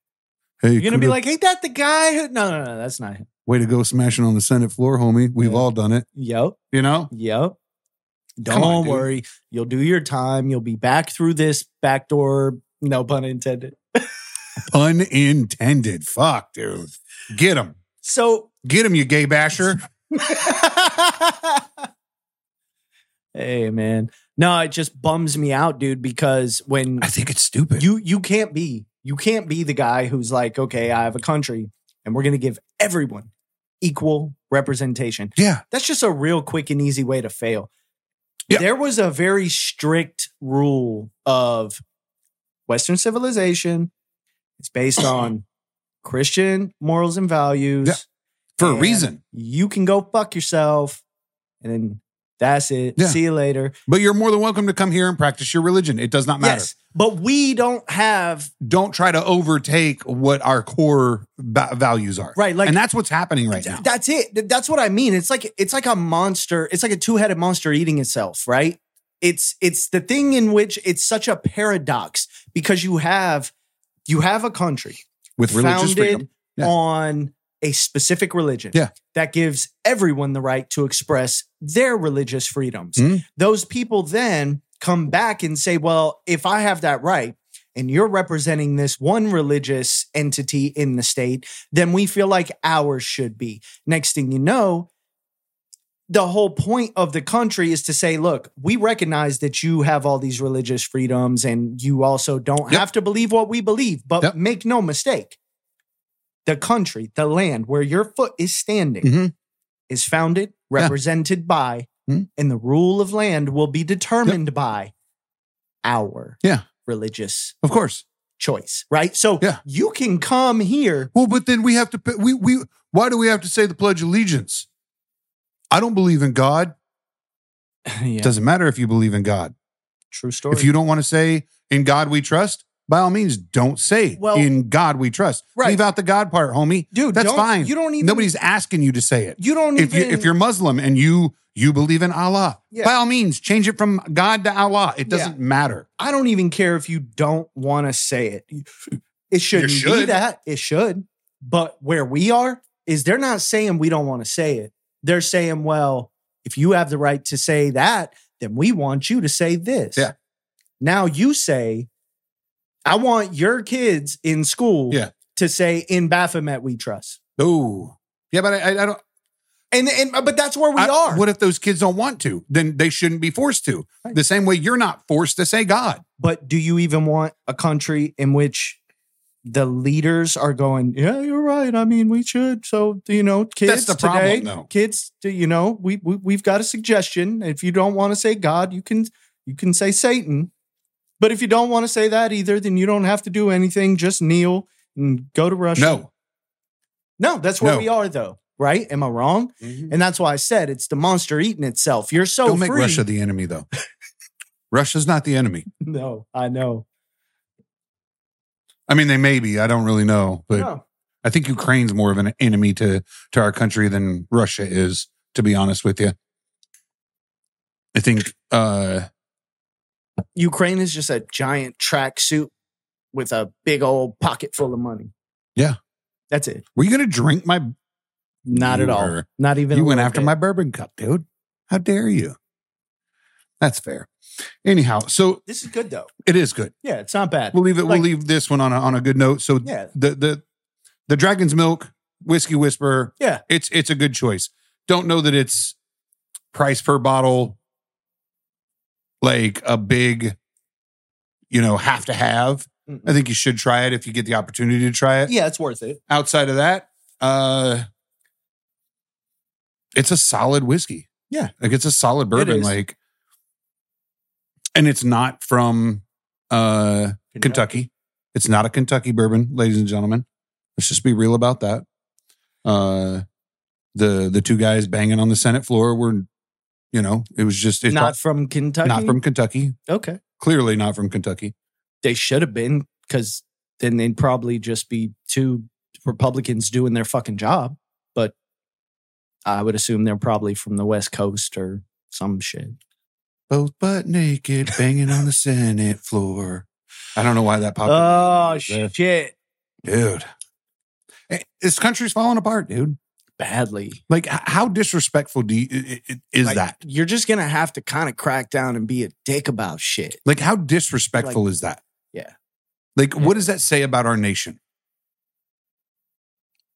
A: Hey,
B: You're gonna be
A: kudos-
B: like, ain't that the guy? Who? No, no, no, that's not him.
A: way to go smashing on the Senate floor, homie. We've
B: Yeah.
A: all done it,
B: Yo,
A: you know?
B: yo.
A: Come
B: Don't
A: on, dude.
B: worry. You'll do your time. You'll be back through this back door. No pun intended.
A: Unintended. Fuck, dude. Get him.
B: So, (laughs)
A: Get him, you gay basher.
B: hey, man. No, it just bums me out, dude. Because when
A: I think it's stupid.
B: you you can't be you can't be the guy who's like, okay, I have a country, and we're gonna give everyone equal representation.
A: yeah.
B: that's just a real quick and easy way to fail.
A: Yeah.
B: There was a very strict rule of Western civilization.
A: (clears throat)
B: It's based on Christian morals and values.
A: Yeah, for a
B: and
A: reason.
B: You can go fuck yourself. And then That's it.
A: Yeah.
B: See you later.
A: But you're more than welcome to come here and practice your religion. It does not matter.
B: Yes. But we don't have
A: Don't try to overtake what our core ba- values are.
B: Right, like-
A: and that's what's happening right now.
B: that's it. Th- That's what I mean. It's like it's like a monster. It's like a two-headed monster eating itself, right? It's it's the thing in which it's such a paradox because you have you have a country
A: With religious freedom.
B: founded
A: Yeah.
B: on a specific religion
A: Yeah.
B: that gives everyone the right to express their religious freedoms.
A: Mhm.
B: Those people then come back and say, well, if I have that right and you're representing this one religious entity in the state, then we feel like ours should be. Next thing you know, the whole point of the country is to say, look, we recognize that you have all these religious freedoms and you also don't
A: Yep.
B: have to believe what we believe, but
A: Yep.
B: make no mistake. The country, the land where your foot is standing
A: Mhm.
B: is founded, represented by,
A: Mhm.
B: and the rule of land will be determined by our
A: Yeah.
B: religious
A: Of course.
B: choice, right? So
A: Yeah.
B: you can come here.
A: Well, but then we have to. p- We we. Why do we have to say the Pledge of Allegiance? I don't believe in God.
B: (sighs) yeah,
A: Doesn't matter if you believe in God.
B: true story.
A: If you don't want to say "In God We Trust," by all means, don't say
B: Well-
A: "In God We Trust."
B: Right.
A: Leave out the God part, homie.
B: dude,
A: That's
B: don't-
A: fine.
B: You don't even.
A: Nobody's asking you to say it.
B: You don't
A: If you
B: even.
A: if you're Muslim and you you believe in Allah,
B: Yeah.
A: by all means, change it from God to Allah. It doesn't matter.
B: I don't even care if you don't want to say it. It shouldn't be
A: should.
B: that. It should. But where we are is they're not saying we don't want to say it. They're saying, well, if you have the right to say that, then we want you to say this.
A: Yeah.
B: Now you say, I want your kids in school
A: Yeah.
B: to say in Baphomet we trust.
A: Oh, yeah, but I, I don't.
B: And and but that's where we
A: I-
B: are.
A: What if those kids don't want to? Then they shouldn't be forced to.
B: Right.
A: The same way you're not forced to say God.
B: but do you even want a country in which the leaders are going, yeah, you're right. I mean, we should. So, you know, kids
A: the problem,
B: today,
A: though.
B: kids, do you know, we, we we've got a suggestion. If you don't want to say God, you can you can say Satan. But if you don't want to say that either, then you don't have to do anything. Just kneel and go to Russia.
A: No.
B: no, that's where
A: No.
B: we are, though, right? Am I wrong?
A: Mm-hmm.
B: And that's why I said it's the monster eating itself. You're so
A: Don't make
B: free.
A: Russia the enemy, though. (laughs) Russia's not the enemy.
B: (laughs) No, I know.
A: I mean, they may be. I don't really know, but
B: No.
A: I think Ukraine's more of an enemy to to our country than Russia is. To be honest with you, I think. uh
B: Ukraine is just a giant tracksuit with a big old pocket full of money.
A: Yeah.
B: That's it.
A: Were you going to drink my?
B: Not
A: You
B: at all.
A: were-
B: Not even.
A: you
B: a
A: went
B: little
A: after
B: bit.
A: my bourbon cup, dude. How dare you? That's fair. Anyhow, so
B: This is good though.
A: it is good.
B: Yeah, it's not bad.
A: We'll leave it.
B: Like-
A: we'll leave this one on a, on a good note. So
B: yeah.
A: the the the dragon's milk whiskey whisperer
B: Yeah.
A: it's it's a good choice don't know that it's price per bottle like a big you know have to have
B: Mm-mm.
A: i think you should try it if you get the opportunity to try it
B: Yeah, it's worth it.
A: outside of that uh it's a solid whiskey
B: Yeah.
A: like it's a solid bourbon
B: is.
A: like and it's not from uh Kentucky. It's not a Kentucky bourbon, ladies and gentlemen. Let's just be real about that. Uh, the the two guys banging on the Senate floor were, you know, it was just it's
B: Not from Kentucky.
A: not, not from Kentucky.
B: Okay.
A: Clearly not from Kentucky.
B: They should have been because then they'd probably just be two Republicans doing their fucking job. But I would assume they're probably from the West Coast or some shit.
A: Both butt naked, banging on the Senate floor. I don't know why that popped. up.
B: Oh
A: Yeah.
B: shit!
A: dude, Eh, this country's falling apart, dude.
B: Badly.
A: Like, h- how disrespectful do you, i- i- is
B: Like,
A: that?
B: You're just gonna have to kind of crack down and be a dick about shit.
A: Like, how disrespectful is that?
B: Yeah.
A: Like,
B: Yeah.
A: what does that say about our nation?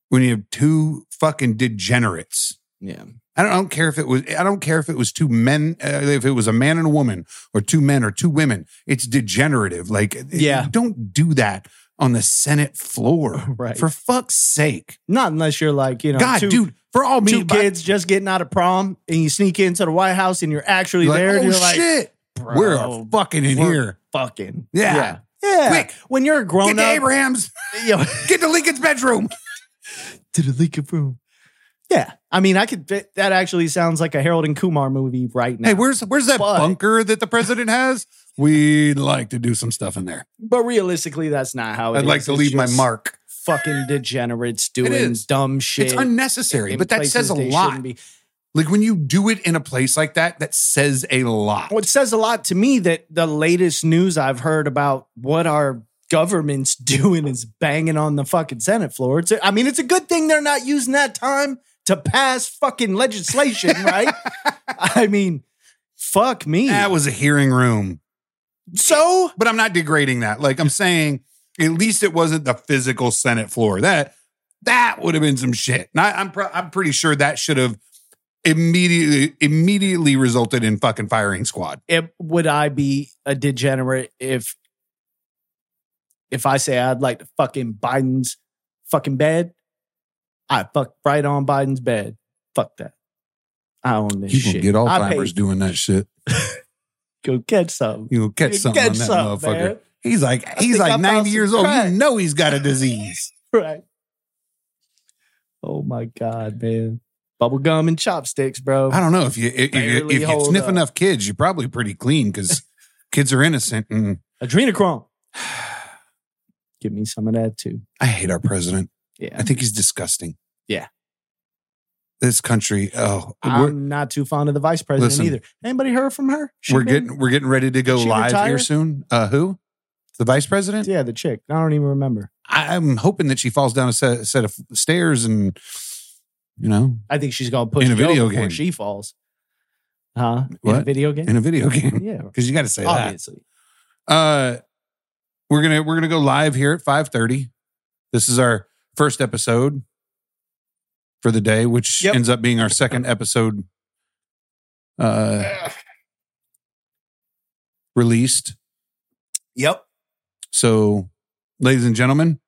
A: When you have two fucking degenerates.
B: Yeah.
A: I don't, I don't care if it was. I don't care if it was two men. Uh, if it was a man and a woman, or two men or two women. It's degenerative. Like, uh,
B: Yeah.
A: don't do that on the Senate floor.
B: (laughs) Right.
A: For fuck's sake,
B: Not unless you're like, you know,
A: God,
B: two,
A: dude. For all me,
B: two kids just getting out of prom and you sneak into the White House and you're actually
A: like,
B: there
A: oh
B: and you're like,
A: shit,
B: Bro,
A: we're fucking in
B: we're
A: here.
B: fucking.
A: Yeah.
B: Yeah. Yeah.
A: Quick.
B: When you're a
A: Get
B: grown
A: to
B: up.
A: Abraham's. (laughs)
B: Yo,
A: Get to Lincoln's bedroom.
B: to the leak of room. Yeah. I mean, I could. That actually sounds like a Harold and Kumar movie right now.
A: Hey, where's where's that
B: But-
A: bunker that the president
B: (laughs)
A: has? We'd like to do some stuff in there.
B: but realistically, that's not how Oh, it
A: I'd like
B: is.
A: to
B: It's
A: leave my
B: just
A: mark.
B: Fucking degenerates doing
A: is.
B: dumb shit.
A: It's unnecessary,
B: in
A: but that
B: places
A: says a
B: they
A: lot.
B: shouldn't be.
A: Like when you do it in a place like that, that says a lot.
B: Well, it says a lot to me that the latest news I've heard about what our government's (laughs) doing is banging on the fucking Senate floor. It's a, I mean, it's a good thing they're not using that time to pass fucking legislation, right? I mean, fuck me.
A: That was a hearing room.
B: so
A: But I'm not degrading that. Like I'm saying, at least it wasn't the physical Senate floor. That that would have been some shit. And I, am pro- I'm pretty sure that should have immediately immediately resulted in fucking firing squad.
B: it, would I be a degenerate if if I say I'd like to fucking Biden's fucking bed? I fuck right on Biden's bed. Fuck that. I own this shit. I paid-
A: doing that shit.
B: Go catch something.
A: You will catch
B: Catch
A: something on that
B: something,
A: motherfucker.
B: man.
A: He's like he's
B: think I
A: like
B: found
A: 90 years
B: some
A: old.
B: crack.
A: You know he's got a disease.
B: Right. Oh my god, man. Bubble gum and chopsticks, bro.
A: I don't know if you if, you,
B: Barely
A: if you
B: hold
A: sniff
B: up.
A: enough kids, you're probably pretty clean
B: (laughs)
A: because kids are innocent. And (sighs)
B: Adrenochrome. Give me some of that too.
A: I hate our president. I
B: Yeah.
A: think he's disgusting.
B: Yeah.
A: This country, oh, we're,
B: I'm not too fond of the vice president
A: Listen.
B: either. Anybody heard from her? She
A: we're
B: been-
A: getting we're getting ready to go
B: she
A: live here
B: retire?
A: soon. Uh, who? The vice president?
B: Yeah, the chick. I don't even remember.
A: I, I'm hoping that she falls down a set, a set of stairs and you know
B: I think she's gonna push
A: In a
B: me over
A: video
B: before
A: game.
B: She falls. Huh? In a
A: What?
B: video game?
A: in a video game (laughs)
B: yeah. Oh,
A: because you got to say that.
B: Obviously.
A: Uh, we're gonna we're gonna go live here at five thirty. This is our first episode for the day, which
B: Yep.
A: ends up being our second episode uh, released.
B: Yep.
A: So, ladies and gentlemen,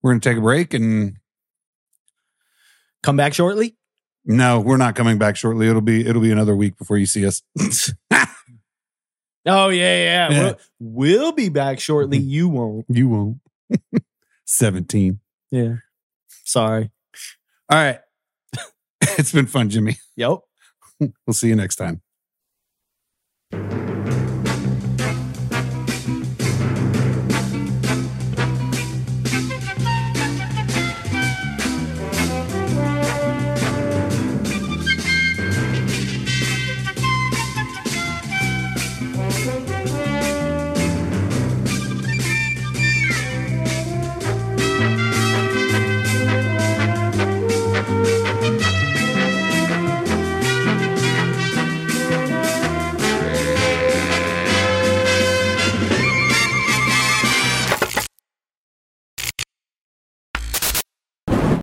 A: we're gonna take a break, and
B: Come back shortly.
A: no, we're not coming back shortly. It'll be it'll be another week before you see us. (laughs)
B: Oh yeah, yeah.
A: Yeah. Mm-hmm.
B: We'll, we'll be back shortly. You won't.
A: You won't. (laughs) Seventeen.
B: Yeah. Sorry.
A: All right. (laughs) it's been fun, Jimmy. (laughs)
B: Yep.
A: We'll see you next time.